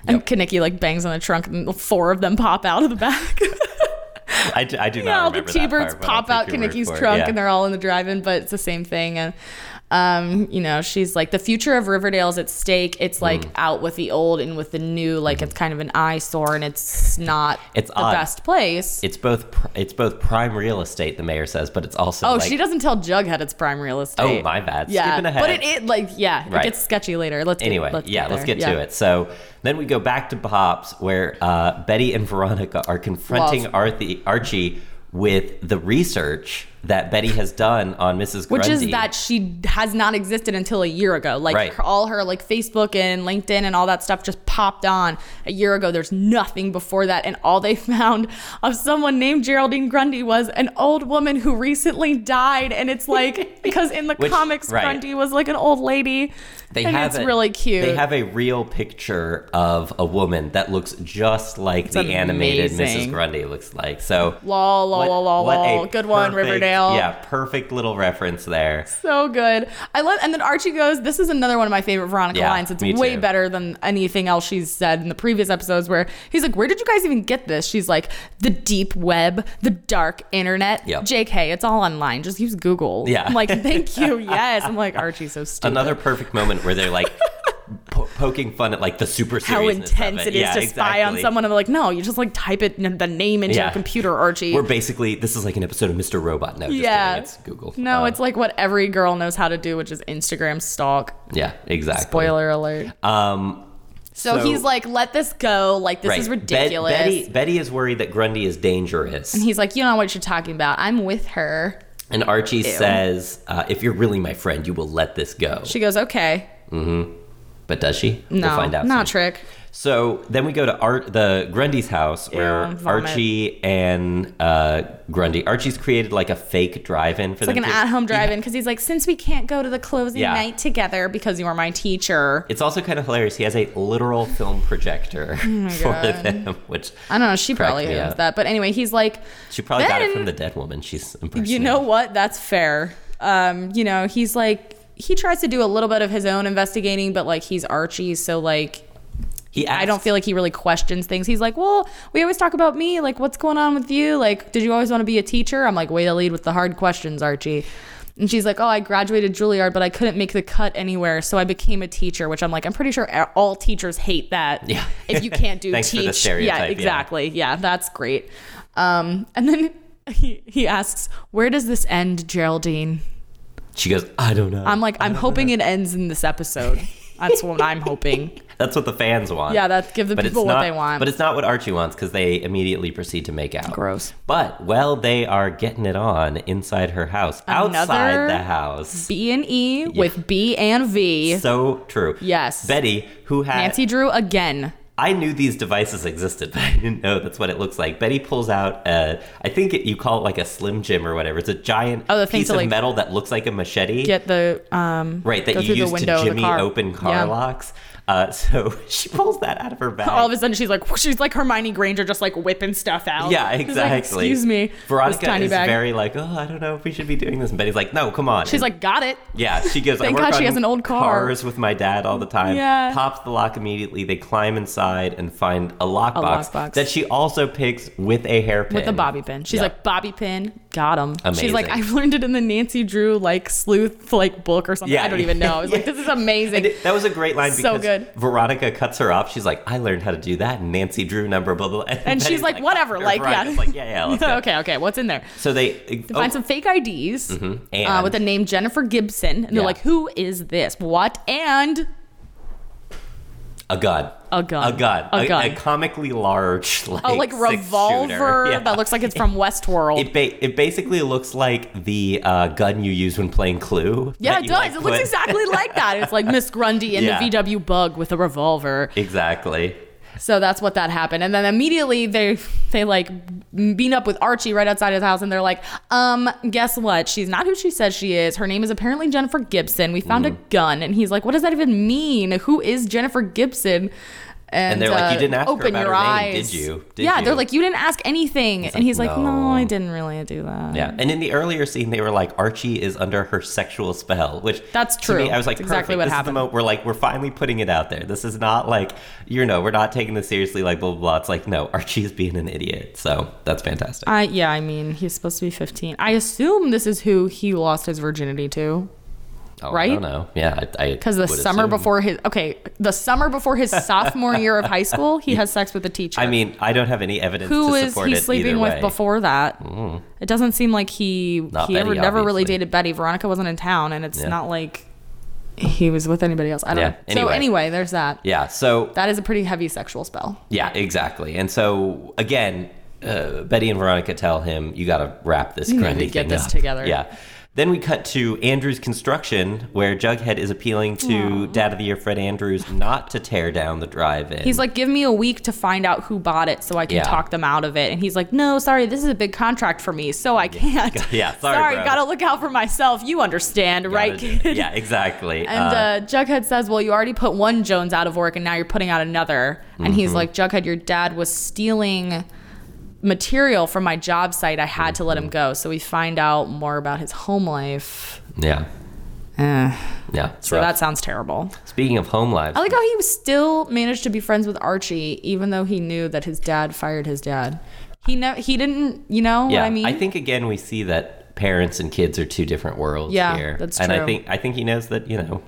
B: And Kaneki like bangs on the trunk and four of them pop out of the back.
A: I do, I do
B: yeah,
A: not
B: all the
A: remember that
B: T-birds
A: part, but I'll
B: pop out
A: take your word
B: Kaneki's
A: for it.
B: trunk
A: Yeah.
B: and they're all in the drive-in, but it's the same thing. And um, you know, she's like, the future of Riverdale is at stake. It's like
A: Mm.
B: out with the old and with the new. Like it's kind of an eyesore, and it's not
A: Mm-hmm. It's
B: the
A: odd.
B: best place.
A: it's both pr- it's both prime real estate. The mayor says, but it's also
B: oh,
A: like,
B: she doesn't tell Jughead it's prime real estate.
A: Oh, my bad.
B: Yeah,
A: Skipping ahead.
B: but it, it like yeah,
A: Right.
B: it gets sketchy later. Let's get-
A: anyway, yeah, let's
B: there.
A: get
B: Yeah.
A: to it. So then we go back to Pops, where uh, Betty and Veronica are confronting
B: Love.
A: Arthi- Archie with the research that Betty has done on Mrs.
B: Which
A: Grundy.
B: is that she has not existed until a year ago. Like
A: Right.
B: her- all her like Facebook and LinkedIn and all that stuff just popped on a year ago. There's nothing before that, and all they found of someone named Geraldine Grundy was an old woman who recently died. And it's like because in the
A: Which-
B: comics,
A: right.
B: Grundy was like an old lady.
A: They
B: and
A: have
B: it's
A: a-
B: really cute.
A: They have a real picture of a woman that looks just like the animated Mrs.
B: amazing.
A: Grundy looks like. So
B: lol lol
A: what-
B: lol lol.
A: what a
B: lol. Good one,
A: perfect-
B: Riverdale.
A: Yeah, perfect little reference there.
B: So good. I love, and then Archie goes, This is another one of my favorite Veronica
A: Yeah,
B: lines. It's
A: me
B: way
A: too.
B: better than anything else she's said in the previous episodes, where he's like, Where did you guys even get this? She's like, The deep web, the dark internet.
A: Yep.
B: JK, it's all online. Just use Google.
A: Yeah.
B: I'm like, Thank you. Yes. I'm like, Archie's so stupid.
A: Another perfect moment where they're like po- poking fun at like the super
B: How
A: seriousness
B: intense
A: of
B: it is
A: Yeah,
B: to spy on
A: exactly.
B: someone. I'm like, No, you just like type it the name into
A: Yeah.
B: your computer, Archie.
A: We're basically this is like an episode of Mr. Robot. No, just
B: Yeah.
A: kidding, it's Google.
B: no,
A: Uh,
B: it's like what every girl knows how to do, which is Instagram stalk.
A: yeah, exactly.
B: Spoiler alert.
A: Um,
B: So,
A: So-
B: he's like, let this go. Like, this
A: right.
B: is
A: Bet-
B: ridiculous.
A: Betty, Betty is worried that Grundy is dangerous,
B: And he's like, you don't know what you're talking about. I'm with her.
A: and Archie says, uh, "If you're really my friend, you will let this go."
B: She goes, okay.
A: but does she?
B: No,
A: we'll find out.
B: not
A: soon.
B: trick.
A: So then we go to Art the Grundy's house where
B: vomit.
A: Archie and uh, Grundy. Archie's created like a fake drive-in for
B: Like
A: them.
B: an
A: to-
B: at-home drive-in because he's like, since we can't go to the closing
A: Yeah.
B: night together because you are my teacher.
A: It's also kind of hilarious. He has a literal film projector for
B: Oh God.
A: them, which
B: I don't know. She probably
A: me
B: owns
A: up.
B: that, but anyway, he's like,
A: she probably got it
B: Then-
A: from the dead woman. She's impersonating.
B: you know what? That's fair. Um, you know, he's like, he tries to do a little bit of his own investigating, but like he's Archie, so like
A: He
B: I don't
A: asked-
B: feel like he really questions things. He's like, well, we always talk about me. Like, what's going on with you? Like, did you always want to be a teacher? I'm like, way to lead with the hard questions, Archie. And she's like, oh, I graduated Juilliard, but I couldn't make the cut anywhere, so I became a teacher. Which I'm like, I'm pretty sure e, all teachers hate that.
A: Yeah.
B: If you can't do
A: Thanks for
B: teach,
A: the stereotype,
B: yeah,
A: yeah.
B: exactly. Yeah, that's great. Um, and then he he asks, where does this end, Geraldine?
A: She goes, I don't know.
B: I'm like, I'm hoping it ends in this episode. That's what I'm hoping.
A: That's what the fans want.
B: Yeah, that's give the
A: But it's
B: people what
A: not-
B: they want.
A: But it's not what Archie wants because they immediately proceed to make out.
B: Gross.
A: But while they are getting it on inside her house,
B: Another-
A: outside the house.
B: B and E with B and V.
A: So true.
B: Yes.
A: Betty, who had
B: Nancy Drew again.
A: I knew these devices existed, but I didn't know that's what it looks like. Betty pulls out a, I think it, you call it like a Slim Jim or whatever. It's a giant
B: Oh, the thing
A: piece
B: to,
A: of
B: like,
A: metal that looks like a machete.
B: Get the um
A: right,
B: go
A: that you
B: through the
A: use to
B: window of the
A: jimmy
B: car.
A: open car
B: Yeah.
A: locks. Uh, so she pulls that out of her bag.
B: all of a sudden she's like she's like Hermione Granger just like whipping stuff out.
A: Yeah,
B: She's like,
A: exactly.
B: Excuse me.
A: Veronica
B: this tiny
A: is
B: bag.
A: very like, oh, I don't know if we should be doing this. And Betty's like, no, come on.
B: she's like, got it.
A: yeah, she goes.
B: Thank
A: I work
B: God she
A: on
B: has an old car."
A: Cars with my dad all the time.
B: Yeah.
A: Pops the lock immediately. They climb inside and find a lockbox
B: lockbox.
A: that she also picks with a hairpin.
B: With the bobby pin. She's
A: Yeah.
B: like, bobby pin, got him. She's like, I
A: Amazing.
B: learned it in the Nancy Drew like sleuth like book or something.
A: Yeah.
B: I don't even know. I was like,
A: Yeah.
B: this is amazing.
A: And it- that was a great line
B: So
A: because
B: good.
A: Veronica cuts her off. She's like, I learned how to do that. And Nancy Drew number, blah, blah, blah. And,
B: and she's
A: Betty's
B: like, whatever,
A: or
B: like yeah.
A: Veronica's like, yeah, yeah, let's go.
B: okay, okay, what's in there?
A: So they, oh, Mm-hmm.
B: Find some fake IDs uh,
A: and-
B: with the name Jennifer Gibson. And they're
A: Yeah.
B: like, who is this? What? And
A: A gun.
B: A gun.
A: A gun.
B: A gun.
A: A comically large, like,
B: a Oh, like
A: six-shooter.
B: revolver
A: Yeah.
B: that looks like it's from Westworld.
A: It, ba- it basically looks like the uh, gun you use when playing Clue.
B: yeah,
A: that
B: it
A: you,
B: does.
A: like,
B: it looks
A: put-
B: exactly like that. It's like Miss Grundy and
A: Yeah.
B: the VW Bug with a revolver.
A: Exactly.
B: So that's what that happened. And then immediately they they like beat up with Archie right outside his house and they're like, "Um, guess what? She's not who she says she is. Her name is apparently Jennifer Gibson. We found a
A: Mm.
B: gun." And he's like, "What does that even mean? Who is Jennifer Gibson?" And, uh,
A: they're like, "You didn't ask her
B: open
A: about
B: your
A: her name, did
B: eyes."
A: you? Did
B: yeah, they're
A: you?"
B: like, you didn't ask anything. and
A: like,
B: he's like, no,
A: "No."
B: I didn't really do that.
A: Yeah. And in the earlier scene, they were like, Archie is under her sexual spell, which
B: That's
A: to
B: true.
A: me, I was like,
B: It's exactly
A: perfect.
B: what
A: this Is the
B: happened.
A: moment we're like, we're finally putting it out there. This is not like, you know, we're not taking this seriously, like, blah, blah, blah. It's like, no, Archie is being an idiot. So that's fantastic.
B: I yeah, I mean, he's supposed to be 15. I assume this is who he lost his virginity to.
A: Oh, I
B: right?
A: don't know. Yeah.
B: Because the summer before his okay, the summer before his sophomore year of high school, he has sex with a teacher.
A: I mean, I don't have any evidence
B: who
A: to
B: is
A: support
B: he
A: it either
B: sleeping with
A: way. Mm.
B: before that? It doesn't seem like he he ever
A: Betty,
B: never really
A: obviously.
B: dated Betty. Veronica wasn't in town, and it's
A: Yeah.
B: not like he was with anybody else. I don't
A: Yeah,
B: know. So
A: anyway.
B: anyway, there's that.
A: Yeah. So
B: That is a pretty heavy sexual spell.
A: Yeah, exactly. And so again, uh, Betty and Veronica tell him, "You got to wrap this
B: need
A: Grundy
B: to get
A: thing
B: this
A: up."
B: together.
A: Yeah. Then we cut to Andrews Construction, where Jughead is appealing to Dad of the Year Fred Andrews not to tear down the drive-in.
B: He's like, give me a week to find out who bought it so I can
A: Yeah.
B: talk them out of it. And he's like, no, sorry, this is a big contract for me, so I can't.
A: Yeah, sorry, bro.
B: gotta look out for myself. You understand,
A: Gotta
B: right,
A: do it.
B: kid?
A: Yeah, exactly.
B: And uh, Jughead says, Well, you already put one Jones out of work and now you're putting out another. And
A: Mm-hmm.
B: he's like, Jughead, your dad was stealing material from my job site. I had to let
A: Mm-hmm.
B: him go. So we find out more about his home life.
A: yeah,
B: Eh,
A: yeah. it's
B: so
A: rough.
B: that sounds terrible.
A: Speaking of home lives,
B: I like how he was still managed to be friends with Archie, even though he knew that his dad fired his dad. He ne- he didn't, you know
A: yeah,
B: what I mean?
A: think again we see that parents and kids are two different worlds
B: Yeah,
A: here.
B: that's
A: And I
B: true.
A: think I think he knows that you know.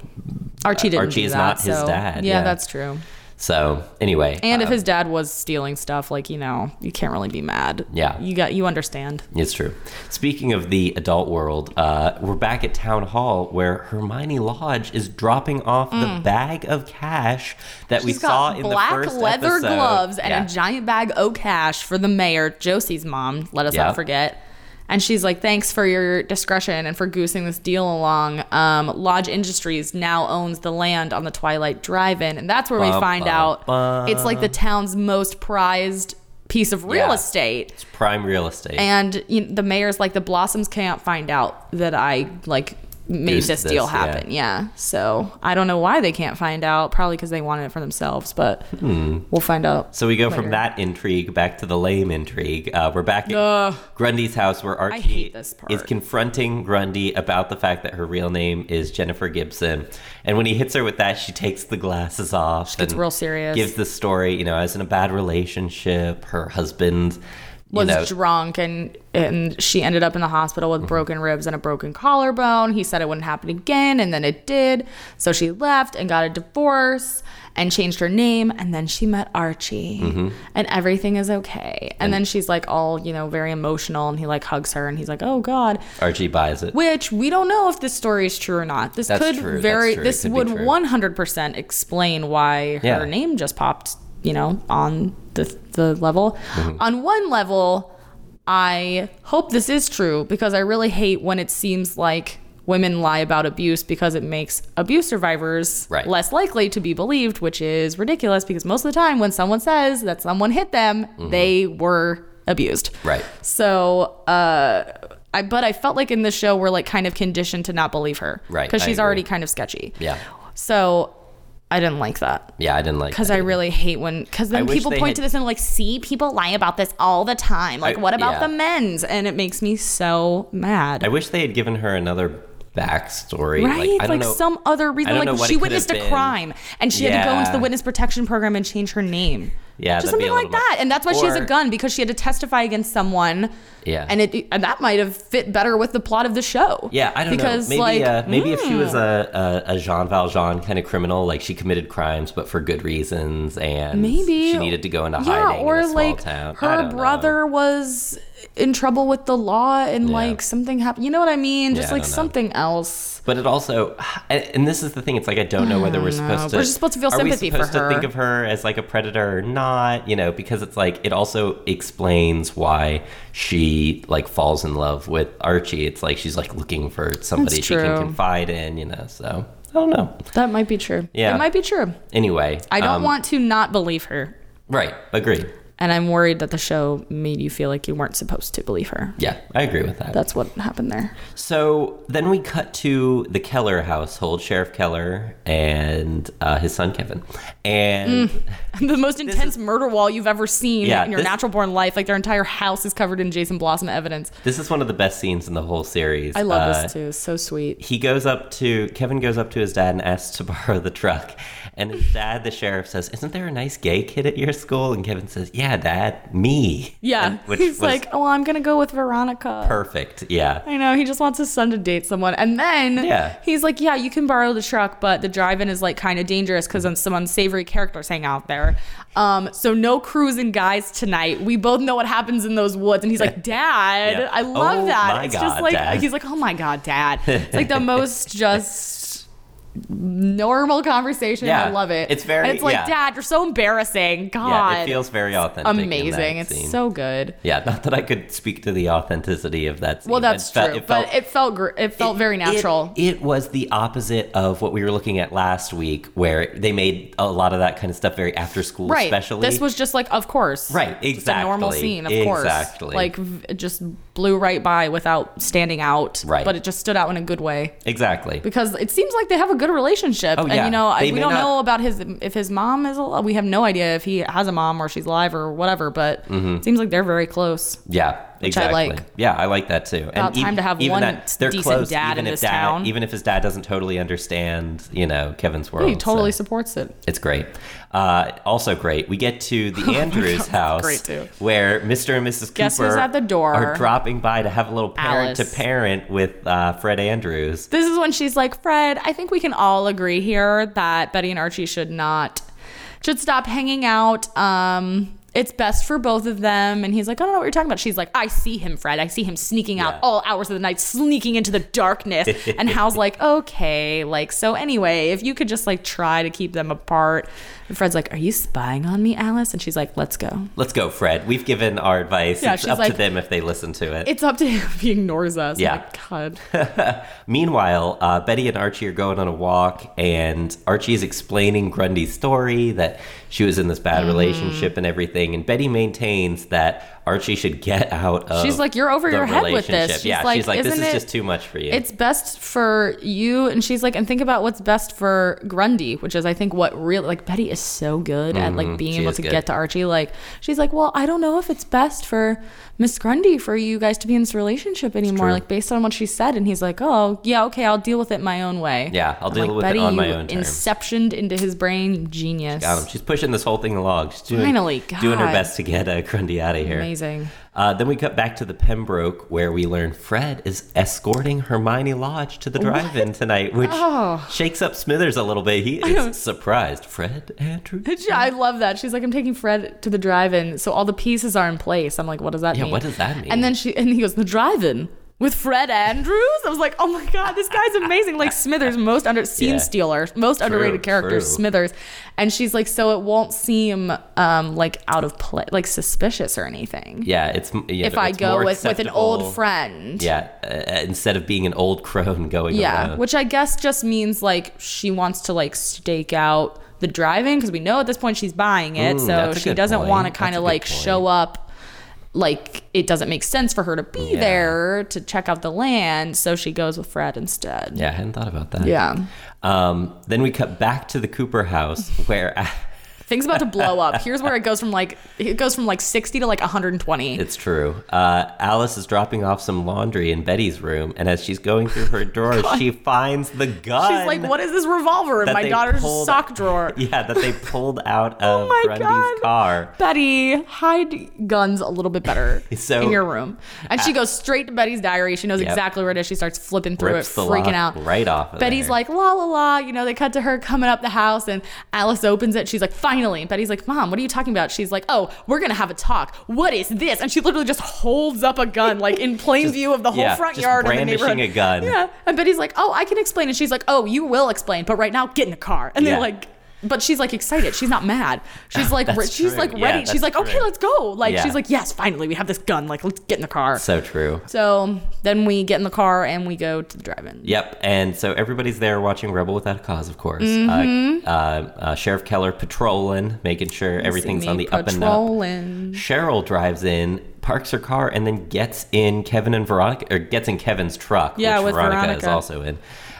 B: Archie didn't.
A: Archie
B: do
A: is
B: that,
A: not his
B: so-
A: dad,
B: Yeah,
A: yeah.
B: that's true.
A: So anyway,
B: And
A: uh,
B: if his dad was stealing stuff, like you know, you can't really be mad.
A: Yeah.
B: you got you understand.
A: uh, It's true. Speaking of the adult world, uh, we're back at town hall where Hermione Lodge is dropping off the bag of cash that we
B: Mm. She's
A: saw
B: got
A: in
B: black
A: the first
B: leather
A: episode.
B: gloves and
A: Yeah.
B: a giant bag of cash for the mayor, Josie's mom. Let us
A: Yep.
B: not forget. And she's like, "Thanks for your discretion and for goosing this deal along." Um, Lodge Industries now owns the land on the Twilight Drive-in, and that's where we
A: Bum,
B: find
A: bum,
B: out
A: bum.
B: it's like the town's most prized piece of real
A: Yeah.
B: estate.
A: It's prime real estate.
B: And you know, the mayor's like, "The Blossoms can't find out that I like." Made
A: Goosed
B: this deal
A: this, yeah.
B: happen, yeah. So I don't know why they can't find out. Probably because they wanted it for themselves, but we'll find out.
A: so we go from
B: later.
A: that intrigue back to the lame intrigue. Uh, we're back at
B: Ugh.
A: Grundy's house where Archie
B: hate this part.
A: is confronting Grundy about the fact that her real name is Jennifer Gibson. And when he hits her with that, she takes the glasses off. She
B: gets real serious.
A: Gives the story, you know, I was in a bad relationship. Her husband
B: was
A: you know, Mm-hmm.
B: drunk and and she ended up in the hospital with broken ribs and a broken collarbone. He said it wouldn't happen again and then it did. So she left and got a divorce and changed her name and then she met Archie
A: Mm-hmm.
B: and everything is okay. And, then she's like all, you know, very emotional and he like hugs her and he's like, "Oh god."
A: Archie buys it.
B: Which we don't know if this story is true or not. This
A: That's
B: could
A: true, that's
B: very
A: true. It
B: this
A: could be
B: would
A: true.
B: 100% explain why her
A: Yeah.
B: name just popped, you know, on the the level.
A: Mm-hmm.
B: On one level, I hope this is true because I really hate when it seems like women lie about abuse because it makes abuse survivors
A: Right.
B: less likely to be believed, which is ridiculous because most of the time when someone says that someone hit them, they were abused.
A: Mm-hmm. Right.
B: So, uh, I but I felt like in this show we're like kind of conditioned to not believe her,
A: Right,
B: Because
A: I
B: she's already
A: agree.
B: kind of sketchy.
A: Yeah.
B: So, I didn't like that
A: Yeah, I didn't like
B: because
A: that
B: I
A: either.
B: really hate when because
A: I
B: then
A: wish
B: people
A: they
B: point
A: had-
B: to this and like, see, people lie about this all the time. Like,
A: I-
B: what about
A: yeah.
B: the men's? And it makes me so mad.
A: I wish they had given her another backstory. Like,
B: Right,
A: I
B: like,
A: don't know.
B: some other reason,
A: don't know
B: like
A: what
B: she
A: it could
B: witnessed a
A: have been.
B: crime and she had to go into
A: Yeah.
B: the witness protection program and change her name.
A: Yeah,
B: just
A: that'd be
B: something
A: a
B: like
A: little
B: that,
A: much.
B: and that's why she has a
A: Or-
B: gun because she had to testify against someone.
A: Yeah.
B: and it and that might have fit better with the plot of the show.
A: Yeah, I don't
B: because,
A: know. Maybe
B: like, mm.
A: uh, maybe if she was a, a, a Jean Valjean kind of criminal, like she committed crimes but for good reasons, and
B: maybe
A: she needed to go into
B: hmm? yeah,
A: hiding
B: or
A: in a small
B: like
A: town. I
B: her
A: don't know.
B: brother was in trouble with the law and
A: Yeah.
B: like something happened. You know what I mean? Just
A: Yeah, I
B: like
A: don't know.
B: something else.
A: But it also, and and this is the thing. It's like I don't know whether we're supposed to.
B: We're just supposed to feel
A: are we
B: sympathy for
A: supposed to
B: her.
A: think of her as like a predator or not? You know, because it's like it also explains why she like falls in love with Archie. It's like she's like looking for somebody
B: That's
A: she can
B: true.
A: confide in. You know, so I don't know.
B: That might be true.
A: Yeah.
B: It might be true.
A: Anyway,
B: I don't
A: um,
B: want to not believe her.
A: Right, agree.
B: And I'm worried that the show made you feel like you weren't supposed to believe her.
A: Yeah, I agree with that.
B: That's what happened there.
A: So then we cut to the Keller household, Sheriff Keller and uh, his son Kevin, and
B: Mm. the most intense murder wall you've ever seen
A: Yeah,
B: in your
A: this-
B: natural born life. Like their entire house is covered in Jason Blossom evidence.
A: this is one of the best scenes in the whole series.
B: I love
A: Uh,
B: this too. So sweet.
A: he goes up to Kevin goes up to his dad and asks to borrow the truck. And his dad, the sheriff, says, "Isn't there a nice gay kid at your school?" And Kevin says, "Yeah, Dad, me."
B: Yeah.
A: And- which
B: He's
A: was
B: like, oh, I'm going to go with Veronica.
A: perfect. Yeah,
B: I know. He just wants his son to date someone. And then
A: Yeah.
B: he's like, yeah, you can borrow the truck, but the drive in is like kind of dangerous because some unsavory characters hang out there. Um, so no cruising guys tonight. We both know what happens in those woods. And he's like, Dad,
A: Yeah.
B: I love
A: Oh
B: that.
A: my
B: it's
A: God,
B: just like,
A: Dad.
B: he's like, oh my God, Dad. It's like the most just normal conversation.
A: Yeah.
B: I love it.
A: It's very-
B: And it's like,
A: yeah.
B: Dad, you're so embarrassing. God.
A: yeah, it feels very authentic. in that
B: amazing. It's
A: scene.
B: so good.
A: yeah. Not that I could speak to the authenticity of that. Scene,
B: Well,
A: but it
B: that's
A: felt-
B: true,
A: it felt-
B: but it felt gr- it felt very
A: It-
B: natural.
A: It, was the opposite of what we were looking at last week, where they made a lot of that kind of stuff very after school,
B: right.
A: especially.
B: This was just like, of course.
A: Right,
B: Just a normal
A: exactly.
B: scene, of course.
A: Exactly.
B: Like, v- it just blew right by without standing out.
A: Right.
B: But it just stood out in a good way
A: exactly.
B: because it seems like they have a good relationship.
A: Oh,
B: And
A: yeah.
B: you know, I,
A: They
B: we
A: may
B: don't
A: not-
B: know about his if his mom is. al- We have no idea if he has a mom or she's alive or whatever. But
A: Mm-hmm.
B: it seems like they're very close.
A: Yeah,
B: I
A: exactly.
B: like.
A: Yeah, I like that too.
B: About
A: ev-
B: time to have one decent dad
A: even
B: in
A: if
B: this
A: dad,
B: town.
A: Even if his dad doesn't totally understand, you know, Kevin's world.
B: He totally
A: so
B: supports it.
A: it's great. Uh, also great. We get to
B: Oh
A: the Andrews house,
B: great, too.
A: where Mr. and Mrs.
B: Guess
A: Cooper
B: who's at the door?
A: are dropping by to have a little parent
B: Alice.
A: to parent with uh, Fred Andrews.
B: This is when she's like, Fred, I think we can all agree here that Betty and Archie should not, should stop hanging out. Um, it's best for both of them. And he's like, I don't know what you're talking about. She's like, I see him, Fred. I see him sneaking out
A: Yeah.
B: all hours of the night, sneaking into the darkness. and Hal's like, okay. Like, so anyway, if you could just like try to keep them apart. And Fred's like, Are you spying on me, Alice? And she's like, Let's go.
A: Let's go, Fred. We've given our advice.
B: Yeah,
A: it's
B: she's
A: up to
B: like-
A: them if they listen to it.
B: It's up to him if he ignores us. I'm
A: Yeah.
B: like, God.
A: Meanwhile, uh, Betty and Archie are going on a walk, and Archie is explaining Grundy's story that she was in this
B: Mm-hmm.
A: bad relationship and everything. And Betty maintains that Archie should get out of.
B: She's like, "You're over
A: the
B: your head with this."
A: relationship."
B: She's
A: yeah,
B: like,
A: she's like, this
B: "Isn't
A: is
B: it-
A: just too much for you.
B: it's best for you and she's like and think about what's best for grundy which is i think what really like betty is so good at like
A: Mm-hmm.
B: being
A: She
B: able
A: is
B: to
A: good.
B: get to archie like she's like well i don't know if it's best for miss grundy for you guys to be in this relationship anymore
A: true.
B: like based on what she said and he's like oh yeah okay i'll deal with it my own way
A: Yeah, I'll
B: I'm
A: deal with it on my
B: you
A: own terms."
B: inceptioned into his brain you genius
A: Um, she's pushing this whole thing along. She's doing,
B: Finally,
A: doing her
B: God.
A: best to get uh, Grundy out of here.
B: amazing
A: Uh, then we cut back to the Pembroke, where we learn Fred is escorting Hermione Lodge to the drive-in tonight, which
B: Oh.
A: shakes up Smithers a little bit. He
B: know.
A: is surprised. Fred Andrews.
B: Yeah, I love that. She's like, I'm taking Fred to the drive-in, so all the pieces are in place. I'm like, what does that
A: Yeah,
B: mean?
A: what does that mean?
B: And then she and he goes, the drive-in with Fred Andrews. I was like, oh my god, this guy's amazing. Like Smithers, most under scene
A: Yeah.
B: stealer, most underrated character,
A: true.
B: Smithers. And she's like, so it won't seem um like out of place, like suspicious or anything.
A: Yeah, it's yeah,
B: if I
A: it's
B: go
A: more
B: with with an old
A: acceptable-
B: friend.
A: Yeah, uh, instead of being an old crone going
B: Yeah,
A: around.
B: which I guess just means like she wants to like stake out the driving because we know at this point she's buying it,
A: Mm,
B: so
A: that's a
B: she
A: good
B: doesn't
A: point.
B: want to
A: That's
B: kind
A: a
B: of
A: good
B: like
A: point.
B: show up like it doesn't make sense for her to be
A: Yeah.
B: there to check out the land, so she goes with Fred instead.
A: yeah, I hadn't thought about that.
B: Yeah.
A: Um, then we cut back to the Cooper house where
B: Things about to blow up. Here's where it goes from like it goes from like 60 to like 120.
A: it's true. Uh, Alice is dropping off some laundry in Betty's room, and as she's going through her drawer, she finds the gun.
B: She's like, "What is this revolver in
A: that
B: my
A: they
B: daughter's
A: pulled-
B: sock drawer?"
A: Yeah, that they pulled out of
B: Oh my
A: Grundy's
B: God.
A: car.
B: Betty, hide guns a little bit better
A: So- uh,
B: in your room. And she goes straight to Betty's diary. She knows
A: Yep.
B: exactly where it is. She starts flipping through
A: Rips
B: it,
A: the
B: freaking
A: lock
B: out.
A: right off. Of
B: Betty's
A: there.
B: like, la la la. You know, they cut to her coming up the house, and Alice opens it. She's like, find Finally, Betty's like, Mom, what are you talking about? She's like, Oh, we're going to have a talk. What is this? And she literally just holds up a gun, like in plain view of the whole
A: yeah,
B: front
A: just
B: yard and the
A: brandishing
B: neighborhood.
A: a gun.
B: Yeah. And Betty's like, Oh, I can explain. And she's like, Oh, you will explain, but right now, get in the car. And
A: Yeah.
B: they're like, but she's like excited. She's not mad. She's like,
A: That's
B: she's
A: true.
B: like
A: Yeah,
B: ready.
A: that's
B: she's like, okay,
A: true.
B: let's go. Like,
A: Yeah.
B: she's like, yes, finally, we have this gun. Like, let's get in the car.
A: So true.
B: So then we get in the car and we go to the drive-in.
A: Yep, and so everybody's there watching Rebel Without a Cause, of course.
B: Mm-hmm.
A: Uh, uh, uh, Sheriff Keller patrolling, making sure everything's
B: See
A: on
B: me
A: the up and up.
B: patrolling.
A: Cheryl drives in, parks her car, and then gets in Kevin and Veronica, or gets in Kevin's truck,
B: Yeah,
A: which
B: with
A: Veronica, is
B: Veronica.
A: also in.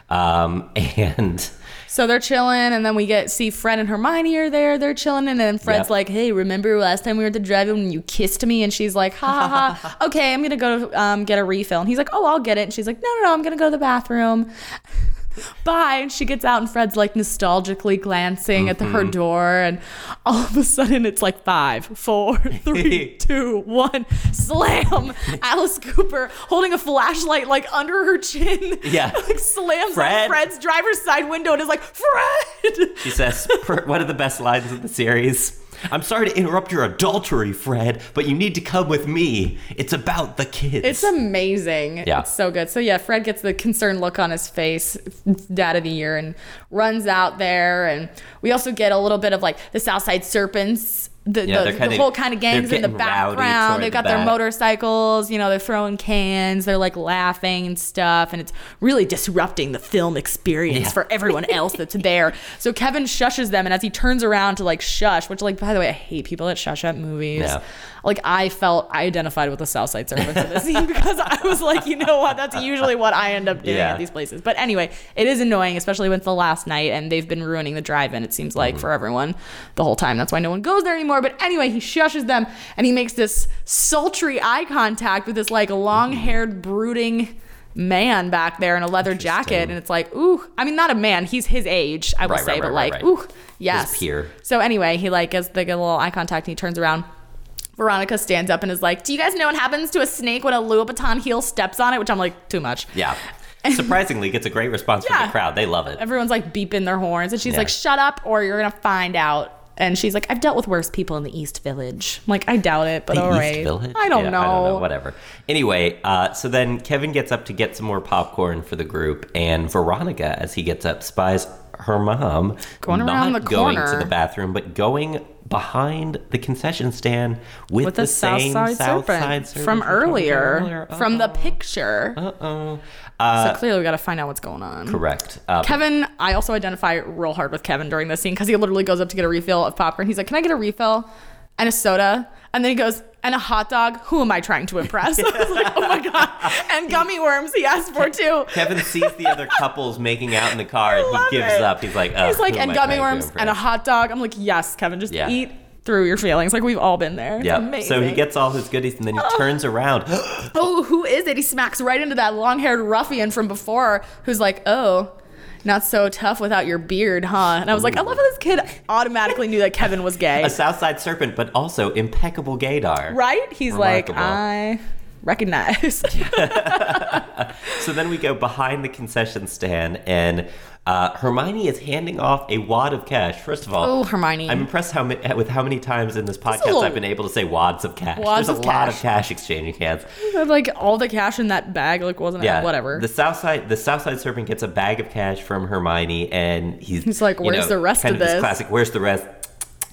A: Um, and
B: So they're chilling, and then we get see Fred and Hermione are there. They're chilling, and then Fred's
A: Yep.
B: like, "Hey, remember last time we were at the drive-in when you kissed me?" And she's like, "Ha ha ha! Okay, I'm gonna go um, get a refill." And he's like, "Oh, I'll get it." And she's like, "No, no, no! I'm gonna go to the bathroom." Bye. And she gets out, and Fred's like nostalgically glancing at the, her door, and all of a sudden it's like five, four, three, two, one. Slam! Alice Cooper holding a flashlight like under her chin.
A: Yeah.
B: like slams
A: Fred.
B: on Fred's driver's side window and is like, Fred!
A: she says, per- one of the best lines of the series I'm sorry to interrupt your adultery, Fred, but you need to come with me. It's about the kids.
B: It's amazing.
A: Yeah.
B: It's so good. So, yeah, Fred gets the concerned look on his face, dad of the year, and runs out there. And we also get a little bit of like the Southside Serpents. The,
A: Yeah,
B: the,
A: they're kinda-
B: the whole kind of gangs
A: they're
B: in the
A: getting rowdy toward
B: background. They've
A: the
B: got their
A: back.
B: motorcycles, you know, they're throwing cans, they're like laughing and stuff. And it's really disrupting the film experience
A: Yeah.
B: for everyone else that's there. So Kevin shushes them. And as he turns around to like shush, which, like, by the way, I hate people that shush at movies.
A: Yeah.
B: Like I felt I identified with the Southside servants in this scene because I was like, you know what? That's usually what I end up doing
A: Yeah.
B: at these places. But anyway, it is annoying, especially when it's the last night and they've been ruining the drive-in. It seems
A: Mm-hmm.
B: like for everyone the whole time. That's why no one goes there anymore. But anyway, he shushes them and he makes this sultry eye contact with this like
A: Mm-hmm.
B: long-haired brooding man back there in a leather jacket and it's like ooh i mean not a man he's his age i will
A: Right,
B: say
A: right,
B: but
A: right,
B: like
A: right, right.
B: ooh yes
A: peer.
B: so anyway, he like gets the good little eye contact and he turns around. Veronica stands up and is like, "Do you guys know what happens to a snake when a Louis Vuitton heel steps on it?" Which I'm like, too much.
A: yeah. Surprisingly, gets a great response from the
B: Yeah.
A: crowd. They love it.
B: Everyone's like beeping their horns, and she's
A: Yeah.
B: like, "Shut up, or you're gonna find out." And she's like, "I've dealt with worse people in the East Village." I'm like, I doubt it, but
A: The
B: all
A: East
B: right.
A: Village?
B: I don't
A: Yeah,
B: know.
A: I don't know. Whatever. Anyway, uh, so then Kevin gets up to get some more popcorn for the group, and Veronica, as he gets up, spies her mom
B: Going
A: not
B: around the
A: going to
B: corner.
A: the bathroom, but going behind the concession stand with,
B: With the, South
A: same
B: Side
A: South Side
B: Serpent
A: Serpent
B: from
A: we talked about
B: earlier,
A: earlier.
B: from the picture.
A: Uh-oh. Uh,
B: so clearly, we got to find out what's going on.
A: Correct. Uh,
B: Kevin, I also identify real hard with Kevin during this scene because he literally goes up to get a refill of popcorn. He's like, "Can I get a refill and a soda?" And then he goes, "And a hot dog? Who am I trying to impress?" I was like, "Oh my god!" And gummy worms he asked for too.
A: Kevin sees the other couples making out in the car, and
B: love
A: he gives
B: it.
A: up. He's like, oh,
B: He's like,
A: who
B: "And
A: am I
B: gummy
A: trying to
B: worms and a
A: impress?"
B: hot dog." I'm like, "Yes, Kevin, just
A: Yeah.
B: eat through your feelings. Like we've all been there.
A: Yeah.
B: It's amazing."
A: So he gets all his goodies, and then he turns around.
B: Oh, who is it? He smacks right into that long haired ruffian from before who's like, oh, not so tough without your beard, huh? And I was like, I love how this kid automatically knew that Kevin was gay.
A: a Southside Serpent, but also impeccable gaydar.
B: Right? He's
A: Remarkable.
B: like, I recognize.
A: So then we go behind the concession stand, and uh, Hermione is handing off a wad of cash. First of all,
B: Oh, Hermione.
A: I'm impressed how ma- with how many times in this podcast
B: little-
A: I've been able to say wads of cash.
B: Wads
A: There's a
B: of
A: lot
B: cash.
A: of cash exchanging hands.
B: like all the cash in that bag, like wasn't
A: Yeah,
B: it? Whatever.
A: The Southside, the Southside Serpent gets a bag of cash from Hermione, and he's
B: He's like,
A: you
B: "Where's
A: know,
B: the rest
A: kind
B: of
A: of this
B: this?"
A: classic. Where's the rest?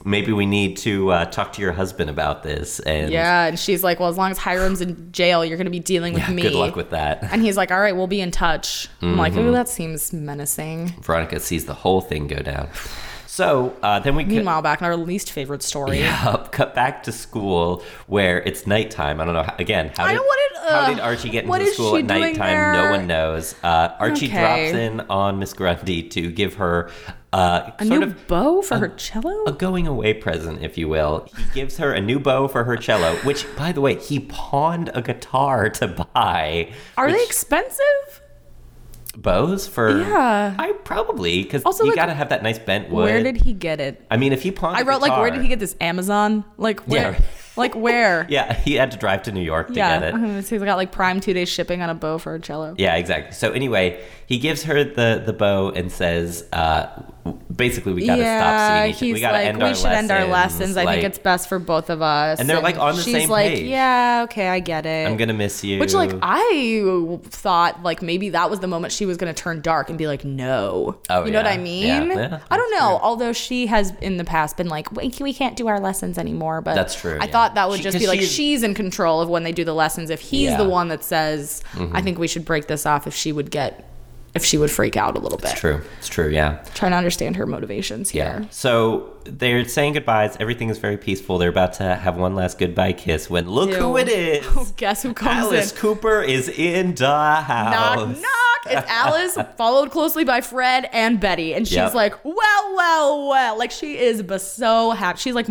A: Maybe we need to uh, talk to your husband about this. And
B: yeah, and she's like, well, as long as Hiram's in jail, you're gonna be dealing with me.
A: good luck with that.
B: and he's like, all right, we'll be in touch. I'm like,
A: Mm-hmm.
B: ooh, that seems menacing.
A: Veronica sees the whole thing go down. So uh, then we get.
B: Meanwhile, back in our least favorite story.
A: up, cut back to school where it's nighttime. I don't know. how- Again, how
B: I
A: did,
B: don't wanna-
A: how
B: ugh.
A: did Archie get
B: What
A: into
B: is
A: school
B: she
A: at
B: doing
A: nighttime? No
B: there?
A: one knows. Uh, Archie
B: Okay.
A: drops in on Miss Grundy to give her uh,
B: A
A: sort
B: new
A: of
B: bow for her cello?
A: a going away present, if you will. He gives her a new bow for her cello, which, by the way, he pawned a guitar to buy.
B: Are they
A: which-
B: expensive?
A: bows for?
B: Yeah.
A: I probably because
B: Also,
A: you
B: like,
A: gotta have that nice bent wood.
B: Where did he get it?
A: I mean, if he pawned,
B: I
A: a
B: wrote like, where did
A: guitar-
B: he get this Amazon? Like, where?
A: Yeah.
B: Like where?
A: Yeah, he had to drive to New York to
B: yeah.
A: get it.
B: Mhm. So he's got like prime two days shipping on a bow for a cello.
A: Yeah, exactly. So anyway, he gives her the the bow and says, uh, w- basically, we gotta stop seeing each
B: he's
A: We gotta
B: like,
A: end
B: we
A: our
B: should end our lessons. I
A: like,
B: think it's best for both of us.
A: And they're, like, on the
B: she's
A: same
B: like,
A: page.
B: Yeah, okay, I get it.
A: I'm gonna miss you.
B: Which like I thought like maybe that was the moment she was gonna turn dark and be like no.
A: Oh,
B: you know what
A: yeah.
B: I mean?
A: Yeah, yeah,
B: I don't know. Although she has in the past been like we, we can't do our lessons anymore, but
A: That's true,
B: I
A: yeah.
B: thought that would
A: She-
B: just
A: 'cause
B: be like
A: she's-
B: she's, in control of when they do the lessons. If he's
A: Yeah. Mm-hmm.
B: the one that says I think we should break this off, if she would get if she would freak out a little bit.
A: It's true. It's true. Yeah.
B: Trying to understand her motivations
A: Yeah.
B: here.
A: So they're saying goodbyes. Everything is very peaceful. They're about to have one last goodbye kiss when look who
B: Ew.
A: it is.
B: Guess who comes
A: Alice
B: in?
A: Cooper is in the house.
B: knock, knock. It's Alice, followed closely by Fred and Betty. And she's
A: Yep.
B: like, well, well, well. Like, she is b- so happy. She's like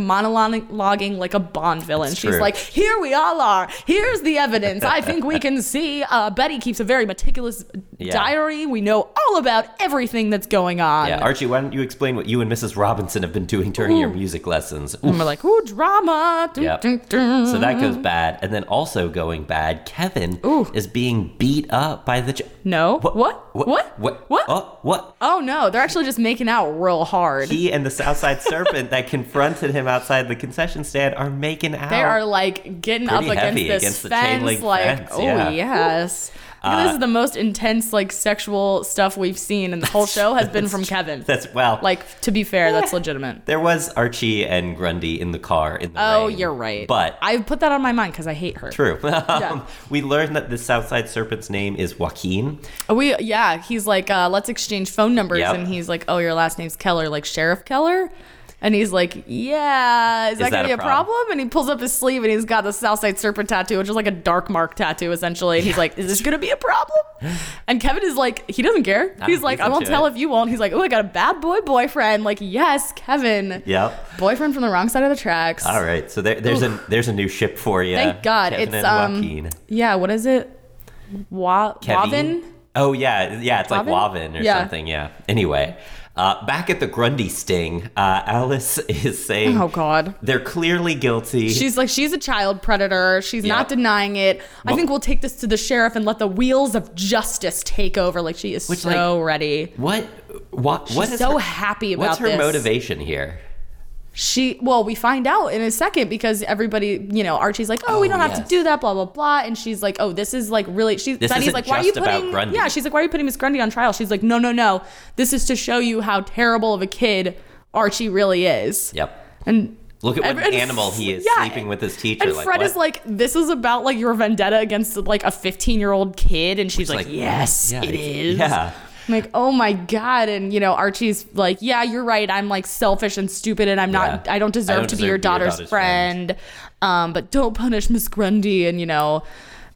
B: monologuing like a Bond villain.
A: It's
B: she's
A: true.
B: like, here we all are. Here's the evidence. I think we can see. Uh, Betty keeps a very meticulous
A: Yeah.
B: diary. We know all about everything that's going on.
A: Yeah, Archie, why don't you explain what you and Mrs. Robinson have been doing during your music lessons? Oof.
B: and we're like, ooh, drama. Dun,
A: Yep.
B: dun, dun.
A: So that goes bad. And then also going bad, Kevin
B: Ooh.
A: is being beat up by the. Ch-
B: no. What? What?
A: What?
B: What?
A: What?
B: What?
A: Oh, what?
B: Oh, no. They're actually just making out real hard.
A: He and the Southside Serpent that confronted him outside the concession stand are making out.
B: They are like getting up
A: Pretty
B: against
A: heavy
B: this
A: against the chain
B: fence,
A: link
B: like
A: fence,
B: oh
A: yeah. Uh,
B: yes. I think this is the most intense like sexual stuff we've seen, and the whole show has been from Kevin.
A: That's well.
B: Like to be fair, that's legitimate.
A: there was Archie and Grundy in the car in the
B: Oh,
A: rain,
B: you're right.
A: But
B: I put that on my mind because I hate her.
A: true. Um, we learned that the Southside Serpent's name is Joaquin.
B: Uh, We yeah, he's like uh, let's exchange phone numbers,
A: Yep.
B: and he's like oh your last name's Keller, like Sheriff Keller. And he's like, yeah, is, that,
A: that
B: gonna
A: a
B: be a
A: problem?
B: problem? And he pulls up his sleeve and he's got the Southside Serpent tattoo, which is like a dark mark tattoo essentially. And he's like, is this gonna be a problem? And Kevin is like, he doesn't care.
A: he's
B: He's like, I won't
A: into
B: tell
A: it.
B: if you won't. He's like, oh, I got a bad boy boyfriend. Like, yes, Kevin.
A: Yep.
B: Boyfriend from the wrong side of the tracks.
A: All right. So there, there's a there's a new ship for you.
B: Thank God.
A: Kevin and
B: it's um,
A: Joaquin.
B: yeah. What is it? Wa- Wavin?
A: Kevin? Oh yeah, yeah. It's like
B: Wavin?
A: Wavin or
B: Yeah.
A: something. Yeah. Anyway, uh, back at the Grundy sting, uh, Alice is saying
B: Oh God.
A: they're clearly guilty.
B: She's like, she's a child predator. She's
A: Yep.
B: not denying it.
A: Well-
B: I think we'll take this to the sheriff and let the wheels of justice take over. Like she is
A: Which,
B: so ready.
A: what? What? What is
B: so
A: her,
B: happy about
A: What's her
B: this.
A: motivation here?
B: She well, we find out in a second because everybody, you know, Archie's like, oh, we
A: Oh,
B: don't have
A: yes.
B: to do that, blah blah blah, and she's like, oh, this is like really. She's
A: This
B: Betty's
A: isn't
B: like, why are you
A: just about
B: putting?
A: Grundy.
B: Yeah, she's like, why are you putting Miss Grundy on trial? She's like, no, no, no. This is to show you how terrible of a kid Archie really is.
A: Yep.
B: And
A: Look at what
B: Every- and-
A: animal he is
B: yeah,
A: sleeping with his teacher.
B: And
A: like,
B: Fred
A: what?
B: is like, this is about like your vendetta against like a 15 year old kid. And she's
A: It's
B: like, yes,
A: yeah,
B: it
A: it's-
B: is.
A: Yeah.
B: I'm like, oh my God. And, you know, Archie's like, yeah, you're right. I'm like selfish and stupid and I'm not,
A: Yeah.
B: I don't deserve, to be your daughter's, friend. Um, but don't punish Miss Grundy. And, you know,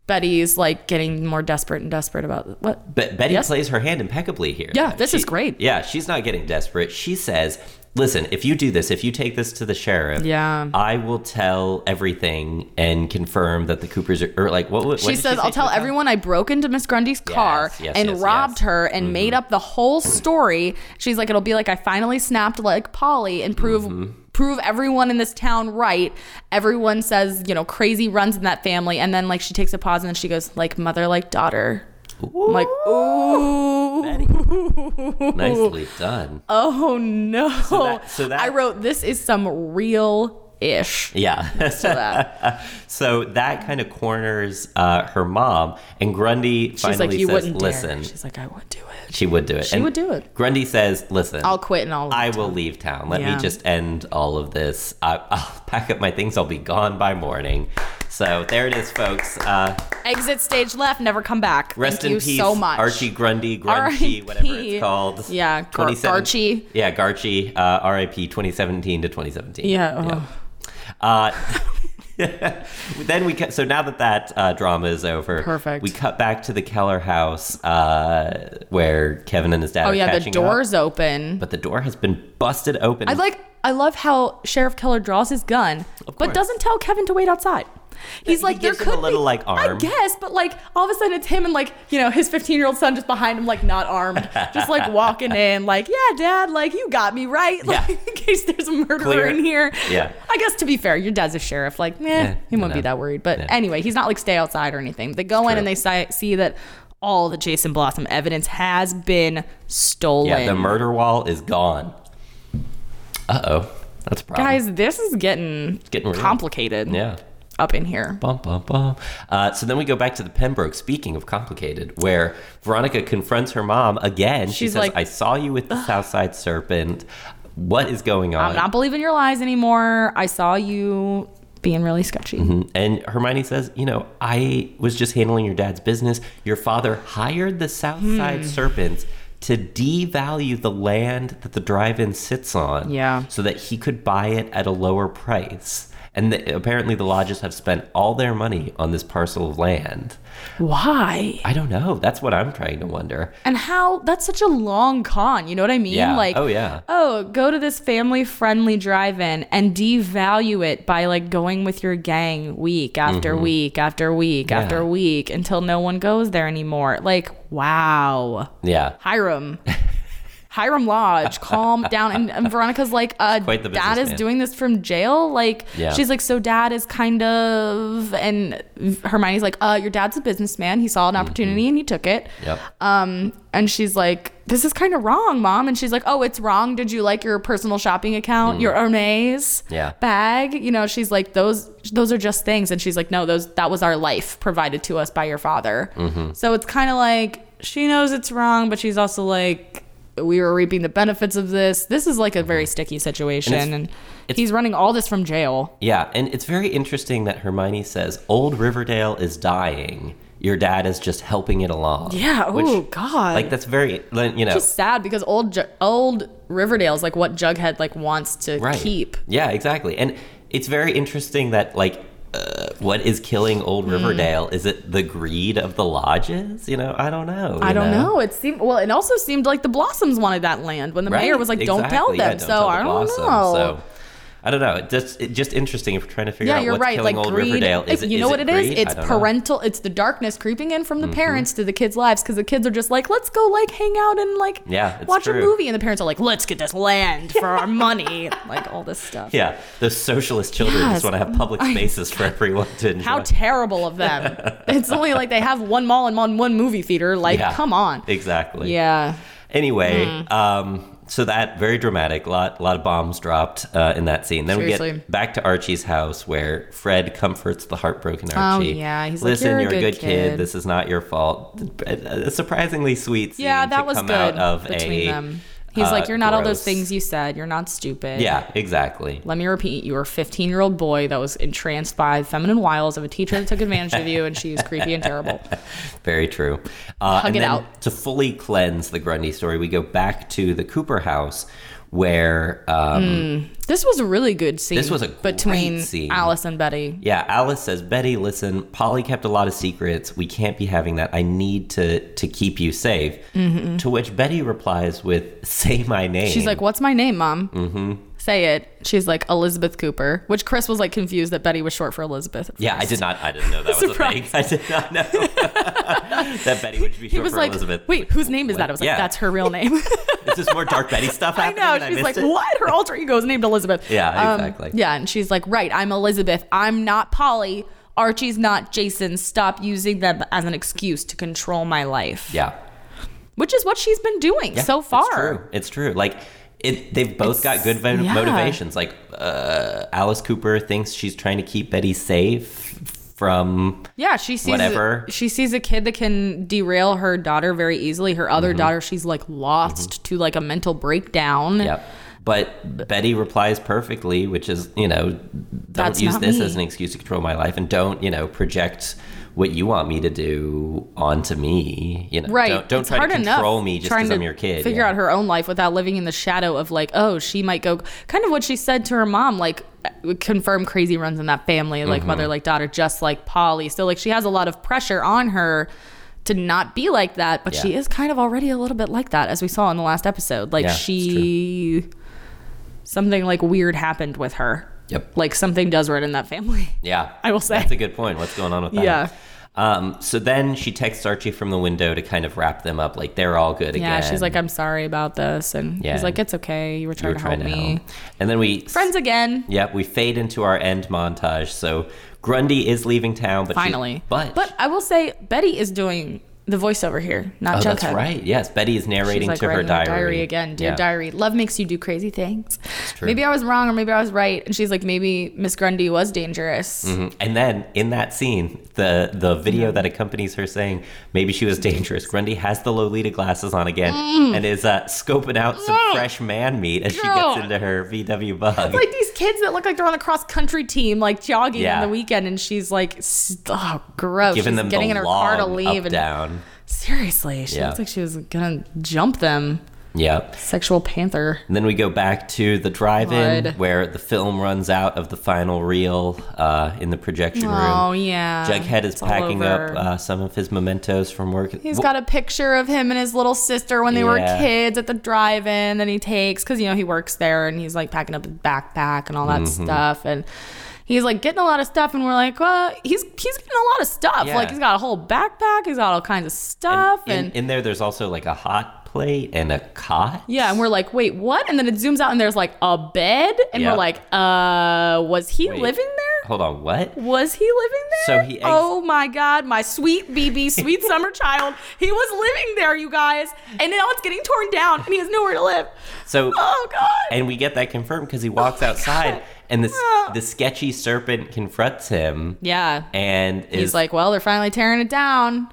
B: Betty's like getting more desperate and desperate about what?
A: But Betty
B: Yes?
A: plays her hand impeccably here.
B: Yeah, this
A: She-
B: is great.
A: Yeah, she's not getting desperate. She says, "Listen, if you do this, if you take this to the sheriff,
B: Yeah.
A: I will tell everything and confirm that the Coopers are or like what, what
B: She says, "I'll tell everyone I broke into Miss Grundy's car
A: yes, Mm-hmm.
B: and
A: yes,
B: robbed
A: yes.
B: her and made up the whole story." She's like, "It'll be like I finally snapped like Polly and prove
A: Mm-hmm.
B: prove everyone in this town right." Everyone says, you know, crazy runs in that family, and then like she takes a pause and then she goes, "Like mother, like daughter." I'm like, ooh,
A: Nicely done.
B: oh no! So
A: that- so that-
B: I wrote this is some real ish.
A: yeah. so that kind of corners uh, her mom, and Grundy
B: She's
A: finally
B: like, "You
A: says,
B: wouldn't
A: "Listen,
B: dare." She's like, "I would do it.
A: she would do it. She
B: would do it.
A: Grundy says, "Listen,
B: I'll quit and all."
A: I will leave town. Let
B: Yeah.
A: me just end all of this. I, I'll pack up my things. I'll be gone by morning. So there it is, folks. Uh,
B: Exit stage left, never come back.
A: rest
B: Thank
A: in
B: you
A: peace,
B: so much.
A: Archie Grundy, Grundy,
B: R.I.P..
A: whatever it's called.
B: Yeah, Gar-
A: 27
B: Garchie.
A: Yeah, Garchie. Uh, R.I.P. 2017 to 2017.
B: Yeah, oh.
A: Uh, then we cut, so now that that uh, drama is over,
B: Perfect.
A: We cut back to the Keller house uh, where Kevin and his dad.
B: Oh
A: are
B: yeah, the
A: catching up,
B: door's open.
A: but the door has been busted open.
B: I like I love how Sheriff Keller draws his gun,
A: Of
B: but
A: course.
B: doesn't tell Kevin to wait outside. He's
A: He
B: like, there
A: gives him a
B: could
A: little,
B: be,
A: like,
B: I
A: arm.
B: guess, but like all of a sudden it's him and like you know his 15 year old son just behind him, like not armed, just like walking in, like yeah, dad, like you got me right, like
A: Yeah.
B: in case there's a murderer
A: Clear.
B: in here.
A: Yeah.
B: I guess to be fair, your dad's a sheriff, like eh,
A: Yeah,
B: he
A: you
B: won't
A: know.
B: be that worried. But
A: Yeah.
B: anyway, he's not like stay outside or anything. They go in
A: true.
B: and they si- see that all the Jason Blossom evidence has been stolen.
A: Yeah, the murder wall is gone. Uh oh. That's a problem.
B: Guys, this is getting,
A: getting real.
B: complicated
A: Yeah.
B: up in here.
A: Bum, bum, bum. Uh, so then we go back to the Pembroke, speaking of complicated, where Veronica confronts her mom again. she
B: She's
A: says,
B: like-
A: I saw you with the Southside Serpent. What is going on?
B: I'm not believing your lies anymore. I saw you being really sketchy.
A: And Hermione says, You know, I was just handling your dad's business. Your father hired the
B: Hmm.
A: Southside Serpents to devalue the land that the drive in sits on
B: Yeah.
A: so that he could buy it at a lower price. And the, apparently, the lodges have spent all their money on this parcel of land.
B: Why?
A: I don't know. That's what I'm trying to wonder.
B: And how that's such a long con, you know what I mean?
A: Yeah.
B: Like
A: oh, yeah.
B: oh, go to this family friendly drive in and devalue it by like going with your gang week after week after week
A: Mm-hmm. Yeah.
B: after week until no one goes there anymore. Like, wow.
A: Yeah.
B: Hiram. Hiram Lodge, calm down. And, and Veronica's like, uh,
A: quite the
B: dad is
A: businessman.
B: doing this from jail. Like,
A: Yeah.
B: she's like, so dad is kind of, and Hermione's like, uh, your dad's a businessman. He saw
A: Mm-hmm.
B: an opportunity and he took it.
A: Yep.
B: Um, and she's like, this is kind of wrong, mom. And she's like, oh, it's wrong. Did you like your personal shopping account, your Hermes
A: Mm. Yeah.
B: bag? You know, she's like, those those are just things. And she's like, no, those that was our life provided to us by your father.
A: Mm-hmm.
B: So it's kind of like she knows it's wrong, but she's also like, we were reaping the benefits of this. This is like a very sticky situation,
A: Mm-hmm. it's-
B: and,
A: it's-
B: he's running all this from jail.
A: Yeah, and it's very interesting that Hermione says old Riverdale is dying. Your dad is just helping it along.
B: Yeah, Oh,
A: Which,
B: ooh, God.
A: Like that's very like, you know
B: It's sad because old Ju- old Riverdale is like what Jughead like wants to
A: right.
B: keep.
A: Yeah, exactly. And it's very interesting that like uh, what is killing old
B: Mm.
A: Riverdale? Is it the greed of the lodges? You know, I don't know.
B: I
A: you
B: don't know. It seemed well. It also seemed like the Blossoms wanted that land when the
A: Right,
B: mayor was like, "Don't tell
A: exactly.
B: them."
A: Yeah,
B: so
A: tell the
B: I don't
A: Blossoms.
B: know.
A: So I don't know. It's just it's just interesting if we're trying to figure
B: yeah,
A: out
B: you're
A: what's
B: right.
A: killing
B: Like
A: old
B: greed.
A: Riverdale. Is
B: if-
A: it,
B: you
A: is
B: know what
A: it
B: it is?
A: greed? I
B: It's
A: don't know. Mm-hmm.
B: parental. It's the darkness creeping in from the parents to the kids' lives because the kids are just like, "Let's go, like hang out and like
A: Yeah, it's
B: watch
A: true.
B: a movie," and the parents are like, "Let's get this land for our money," like all this stuff.
A: Yeah, those socialist children
B: Yes.
A: just want to have public spaces for everyone to enjoy.
B: How terrible of them! it's only like they have one mall and one one movie theater. Like,
A: Yeah,
B: come on.
A: Exactly.
B: Yeah.
A: Anyway,
B: Hmm.
A: um, so that very dramatic. Lot lot of bombs dropped uh, in that scene. Then we
B: Seriously.
A: get back to Archie's house where Fred comforts the heartbroken Archie.
B: Oh, yeah. He's like,
A: listen,
B: "You're a
A: a
B: good
A: good kid.
B: kid."
A: This is not your fault. A a surprisingly sweet scene.
B: Yeah,
A: to
B: that was
A: come
B: good
A: out of
B: between
A: a,
B: them. He's
A: uh,
B: like, "You're not all those
A: gross-
B: things you said. You're not stupid."
A: Yeah, exactly.
B: Let me repeat: you were a 15-year-old boy that was entranced by feminine wiles of a teacher that took advantage of you, and she's creepy and terrible.
A: Very true. Uh,
B: Hug
A: and
B: it
A: then
B: out.
A: to fully cleanse the Grundy story, we go back to the Cooper house where, um,
B: This was a really good scene.
A: This was a great
B: between
A: scene.
B: Alice and Betty.
A: yeah, Alice says, Betty, listen, Polly kept a lot of secrets. We can't be having that. I need to, to keep you safe. To which Betty replies with, say my name.
B: Mm-hmm. She's like, "What's my name, mom?" Mm-hmm. Say it. She's like Elizabeth Cooper, which Chris was like confused that Betty was short for Elizabeth.
A: yeah, I did not. I didn't know that was a thing. I did not know that Betty would be
B: He
A: short
B: was
A: for
B: like,
A: Elizabeth.
B: "Wait, whose name is that?" I was like,
A: Yeah.
B: "That's her real name."
A: Is this more Dark Betty stuff
B: I
A: happening?
B: know.
A: and
B: She's
A: missed
B: like,
A: it?
B: what? Her alter ego is named Elizabeth.
A: Yeah,
B: Um,
A: exactly.
B: yeah, and she's like, right, I'm Elizabeth. I'm not Polly. Archie's not Jason. Stop using them as an excuse to control my life.
A: Yeah.
B: Which is what she's been doing
A: Yeah,
B: so
A: It's
B: far.
A: true. It's true. Like it, they've both got good vo-
B: yeah.
A: motivations. Like uh, Alice Cooper thinks she's trying to keep Betty safe from.
B: Yeah, she sees
A: Whatever.
B: she sees a kid that can derail her daughter very easily. Her
A: Mm-hmm.
B: other daughter, she's like lost to like a mental breakdown.
A: Yep. But Betty replies perfectly, which is, you know, don't
B: That's
A: use
B: not
A: this
B: me.
A: as an excuse to control my life, and don't, you know, project what you want me to do onto me. You know,
B: Right.
A: Don't, don't
B: It's
A: try
B: hard
A: to
B: enough
A: control me just
B: trying
A: because
B: to
A: I'm your kid.
B: Figure
A: yeah.
B: out her own life without living in the shadow of like, oh, she might go. Kind of what she said to her mom, like uh, confirm crazy runs in that family,
A: Mm-hmm.
B: like mother like daughter, just like Polly. So like she has a lot of pressure on her to not be like that, but
A: Yeah.
B: she is kind of already a little bit like that, as we saw in the last episode. Like
A: Yeah, it's
B: she, something like weird happened with her.
A: Yep.
B: Like something does run in that family.
A: Yeah.
B: I will say.
A: That's a good point. What's going on with that?
B: Yeah.
A: Um, so then she texts Archie from the window to kind of wrap them up, like they're all good
B: Yeah,
A: again.
B: she's like, I'm sorry about this. And
A: Yeah.
B: he's like, it's okay. You were
A: you
B: trying
A: were
B: to
A: trying
B: help
A: to
B: me.
A: help. And then we
B: Friends again.
A: Yep, we fade into our end montage. So Grundy is leaving town, but she-
B: Finally.
A: but
B: But I will say, Betty is doing the voiceover here, not
A: oh,
B: Jughead.
A: that's right. Yes, Betty is narrating
B: She's like
A: to her
B: writing in
A: diary.
B: again. Dear
A: Yeah.
B: diary, love makes you do crazy things.
A: true.
B: Maybe I was wrong or maybe I was right. And she's like, maybe Miss Grundy was dangerous.
A: Mhm. And then in that scene, the the video that accompanies her saying maybe she was dangerous. Grundy has the Lolita glasses on again and is uh, scoping out some
B: Mm.
A: fresh man meat as she
B: Girl.
A: gets into her VW bug.
B: Like these kids that look like they're on a cross country team, like jogging
A: Yeah.
B: on the weekend, and she's like, s- oh, gross.
A: Giving
B: she's
A: them
B: getting
A: the
B: in her car to
A: long
B: leave,
A: up
B: and
A: down.
B: seriously, she
A: Yeah.
B: looks like she was gonna jump them.
A: Yep.
B: Sexual panther.
A: And then we go back to the drive-in
B: God.
A: where the film runs out of the final reel uh, in the projection
B: Oh
A: room.
B: yeah.
A: Jughead is
B: It's all
A: packing
B: over.
A: up uh, some of his mementos from work.
B: He's got a picture of him and his little sister when they were
A: Yeah.
B: kids at the drive-in that he takes because you know he works there and he's like packing up his backpack and all that
A: Mm-hmm.
B: stuff and he's like getting a lot of stuff and we're like well he's he's getting a lot of stuff
A: Yeah.
B: like he's got a whole backpack he's got all kinds of stuff
A: in,
B: and,
A: in there. There's also like a hot plate and a cot.
B: yeah and we're like wait what and then it zooms out and there's like a bed and
A: Yeah.
B: we're like uh was he
A: Wait.
B: living there
A: Hold on, what?
B: was he living
A: So
B: there?
A: he ex-
B: oh my God, my sweet BB, sweet summer child. He was living there, you guys, and now it's getting torn down, and he has nowhere to live.
A: So
B: Oh God!
A: and we get that confirmed because he walks outside
B: God.
A: and this
B: Ah.
A: the sketchy serpent confronts him
B: yeah,
A: and is,
B: he's like, well, they're finally tearing it down.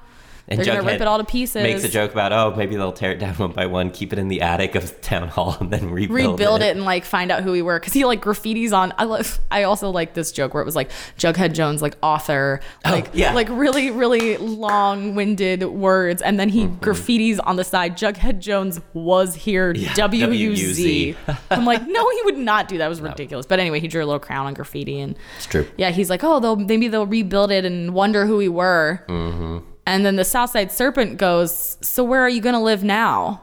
A: and
B: they're gonna rip
A: Jughead
B: it all to pieces.
A: Makes a joke about oh maybe they'll tear it down one by one, keep it in the attic of town hall, and then rebuild,
B: Rebuild it and like find out who we were because he like graffitis on. I love. I also like this joke where it was like Jughead Jones, like author, like
A: yeah.
B: like really really long winded words, and then he graffitis on the side. Jughead Jones was here.
A: Yeah,
B: W U
A: WUZ.
B: Z. I'm like, no, he would not do that. It was ridiculous. But anyway, he drew a little crown on graffiti, and
A: It's true.
B: yeah, he's like, oh, they'll maybe they'll rebuild it and wonder who we were. And then the Southside Serpent goes, so where are you gonna live now?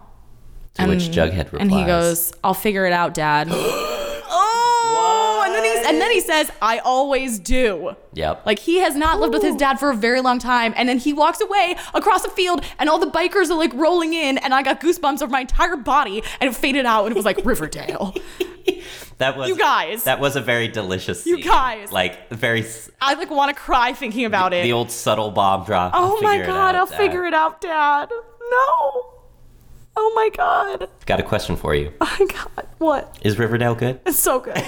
A: To which Jughead replies,
B: And he goes, "I'll figure it out, Dad." oh, and then he and then he says, "I always do."
A: "Yep."
B: Like he has not lived with his dad for a very long time, and then he walks away across a field, and all the bikers are like rolling in, and I got goosebumps over my entire body, and it faded out, and it was like Riverdale.
A: that was
B: you guys.
A: That was a very delicious.
B: You
A: scene.
B: guys.
A: like very s-
B: I like want to cry thinking about it.
A: the old subtle bomb drop.
B: oh my god,
A: uh,
B: I'll figure it out, Dad. No. Oh my god.
A: out. Got a question for you.
B: Oh my god. What?
A: Is Riverdale good?
B: It's so good.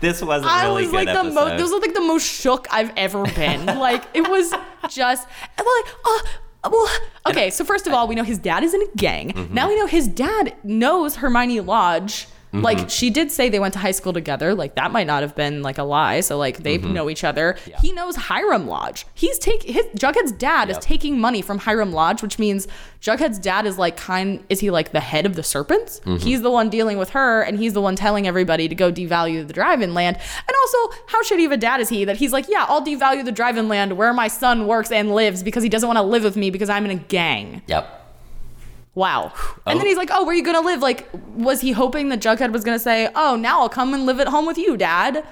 A: This was a
B: I
A: really
B: was
A: good
B: like the
A: episode.
B: most. This was like the most shook I've ever been. like it was just and we're like oh. Well, okay, so first of all, we know his dad is in a gang.
A: Mm-hmm.
B: Now we know his dad knows Hermione Lodge.
A: Mm-hmm.
B: Like she did say they went to high school together. Like that might not have been like a lie. So like they
A: Mm-hmm.
B: know each other. He knows Hiram Lodge. He's take his Jughead's dad
A: Yep.
B: is taking money from Hiram Lodge, which means Jughead's dad is like kind is he like the head of the serpents? He's the one dealing with her and he's the one telling everybody to go devalue the drive-in land. And also, how shitty of a dad is he that he's like, yeah, I'll devalue the drive-in land where my son works and lives because he doesn't want to live with me because I'm in a gang.
A: Yep.
B: Wow. And
A: Oh.
B: then he's like, oh, where are you going to live? Like, was he hoping that Jughead was going to say, oh, now I'll come and live at home with you, dad?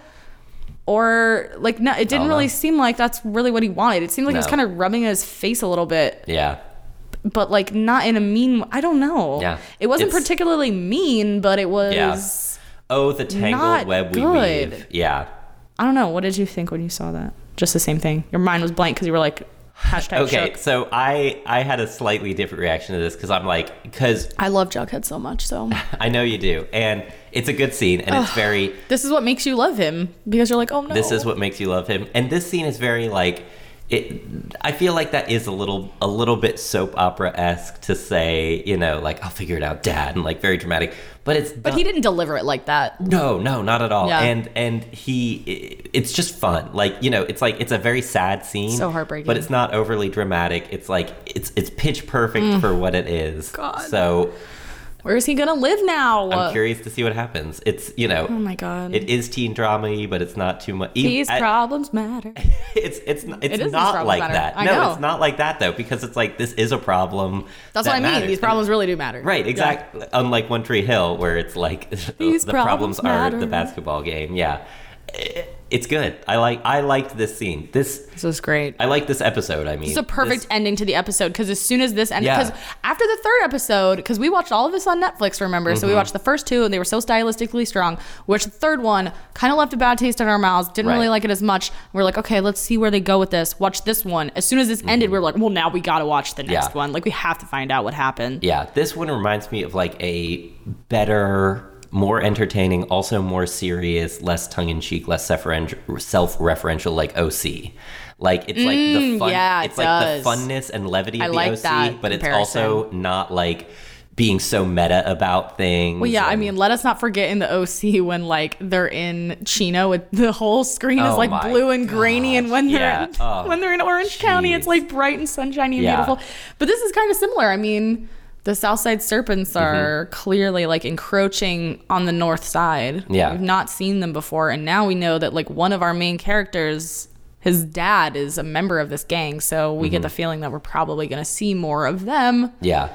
B: Or, like, no, it
A: don't
B: didn't
A: know.
B: really seem like that's really what he wanted. It seemed like he was
A: Oh, No.
B: kind of rubbing his face a little bit,
A: Yeah.
B: but, like, not in a mean I don't know.
A: Yeah.
B: It wasn't
A: It's-
B: particularly mean, but it was.
A: Oh, the tangled
B: Not
A: web we
B: good.
A: weave. Yeah.
B: I don't know. What did you think when you saw that? Just the same thing. Your mind was blank because you were like, hashtag
A: Okay,
B: shook.
A: so I I had a slightly different reaction to this because I'm like because
B: I love Jughead so much, so.
A: I know you do, and it's a good scene, and it's very
B: this is what makes you love him because you're like, oh no.
A: this is what makes you love him, and this scene is very like it. I feel like that is a little a little bit soap opera esque to say you know like I'll figure it out, Dad, and like very dramatic, but it's
B: But he didn't deliver it like that.
A: No, no, not at all.
B: Yeah.
A: And and he, i- it's just fun. Like you know, it's like it's a very sad scene.
B: So heartbreaking.
A: But it's not
B: Mm.
A: overly dramatic. It's like it's it's pitch perfect for what it is.
B: God.
A: So
B: Where is he gonna live now?
A: I'm curious to see what happens. It's you know,
B: Oh my god.
A: it is teen drama, but it's not too much.
B: These
A: I-
B: problems matter.
A: it's it's n- it's
B: It is
A: not
B: problem
A: like
B: matter.
A: that.
B: I
A: no,
B: know.
A: it's not like that though, because it's like this is a problem.
B: That's
A: that
B: what I mean.
A: matters.
B: These problems really do matter.
A: Right, exactly. Unlike One Tree Hill, where it's like
B: These
A: the problems,
B: problems
A: are the
B: matter.
A: basketball game. Yeah, I- it's good. I like I liked this scene. This
B: This was great.
A: I like this episode. I mean,
B: It's a perfect ending to the episode because as soon as this ended,
A: Yeah.
B: because after the third episode, because we watched all of this on Netflix, remember?
A: Mm-hmm.
B: So we watched the first two and they were so stylistically strong, which the third one kind of left a bad taste in our mouths, didn't
A: Right.
B: really like it as much. We're like, okay, let's see where they go with this. Watch this one. As soon as this ended, we were like, well, now we got to watch the next
A: Mm-hmm. Yeah.
B: one. Like, we have to find out what happened.
A: Yeah, this one reminds me of like a better, more entertaining, also more serious, less tongue in cheek, less self-referen- self-referential, like OC. Like it's like the fun,
B: Mm, yeah, it
A: it's like the
B: does.
A: funness and levity of
B: I
A: the
B: like
A: OC,
B: that
A: but
B: comparison.
A: it's also not like being so meta about things.
B: Well, yeah, I
A: and-
B: mean, let us not forget in the OC when like they're in Chino with the whole screen
A: Oh
B: is like
A: my
B: blue and grainy, and when they're
A: yeah.
B: in,
A: Oh,
B: when they're in Orange County,
A: jeez.
B: it's like bright and sunshiny and
A: Yeah.
B: beautiful. But this is kind of similar. I mean, the Southside Serpents
A: Mm-hmm.
B: are clearly like encroaching on the North Side.
A: Yeah.
B: we've not seen them before, and now we know that like one of our main characters. His dad is a member of this gang, so we
A: Mm-hmm.
B: get the feeling that we're probably going to see more of them
A: yeah,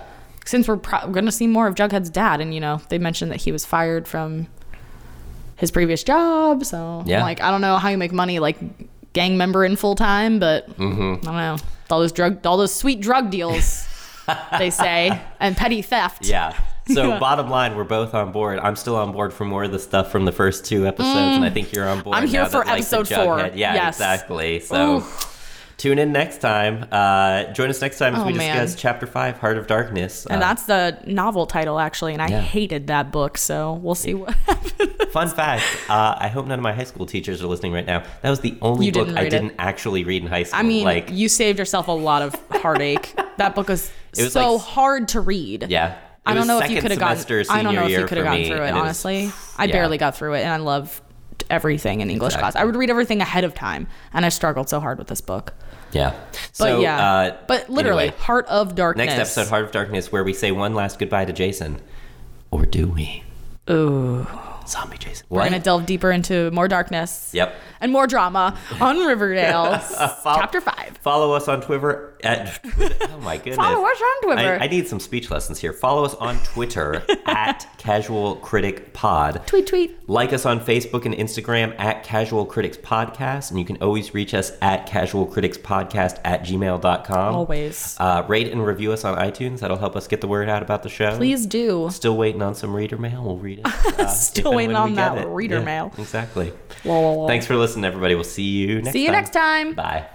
B: since we're pro- going to see more of Jughead's dad, and you know they mentioned that he was fired from his previous job, so
A: Yeah.
B: I'm like I don't know how you make money like gang member in full time, but I don't
A: Mm-hmm.
B: know all those drug, all those sweet drug deals they say, and petty theft.
A: yeah. So
B: Yeah.
A: bottom line, we're both on board. I'm still on board for more of the stuff from the first two episodes, and I think you're on board.
B: Mm. I'm here
A: now that,
B: for
A: like, the
B: episode four.
A: Jughead- Yeah,
B: Yes.
A: exactly. So.
B: Oof.
A: Tune in next time. Uh, join us next time as
B: Oh,
A: we
B: man.
A: discuss Chapter 5, Heart of Darkness.
B: And
A: Uh,
B: that's the novel title, actually, and I
A: Yeah.
B: hated that book. So we'll see what.
A: fun fact uh, I hope none of my high school teachers are listening right now. That was the only
B: You
A: book
B: didn't
A: I
B: read it.
A: didn't actually read in high school.
B: I mean,
A: like,
B: you saved yourself a lot of heartache. that book was,
A: It was
B: so
A: like-
B: hard to read.
A: yeah. It
B: I
A: was
B: don't know if
A: second
B: you could have gotten.
A: semester
B: I don't
A: senior
B: know if you
A: year
B: could have
A: for
B: gotten
A: me,
B: through it.
A: and was-
B: Honestly, I
A: yeah.
B: barely got through it, and I loved everything in English class. I
A: Exactly.
B: would read everything ahead of time, and I struggled so hard with this book.
A: Yeah.
B: But
A: So,
B: yeah,
A: uh,
B: but literally,
A: anyway,
B: Heart of Darkness.
A: next episode, Heart of Darkness, where we say one last goodbye to Jason. Or do we?
B: Ooh,
A: Zombie Jason.
B: we're
A: What?
B: gonna delve deeper into more darkness.
A: Yep.
B: And more drama on Riverdale, chapter five.
A: Follow us on Twitter at. Oh my goodness.
B: Follow us on Twitter.
A: I, I need some speech lessons here. Follow us on Twitter at Casual Critic Pod.
B: tweet, tweet.
A: Like us on Facebook and Instagram at Casual Critics Podcast, and you can always reach us at Casual Critics Podcast at gmail.com.
B: Always.
A: Uh, rate and review us on iTunes. That'll help us get the word out about the show.
B: Please do.
A: Still waiting on some reader mail. We'll read it. uh,
B: Still
A: if and
B: waiting
A: when we
B: on
A: get
B: that reader mail.
A: Exactly.
B: Whoa, whoa, whoa.
A: Thanks for listening, everybody. We'll see you next time.
B: See you next time.
A: Bye.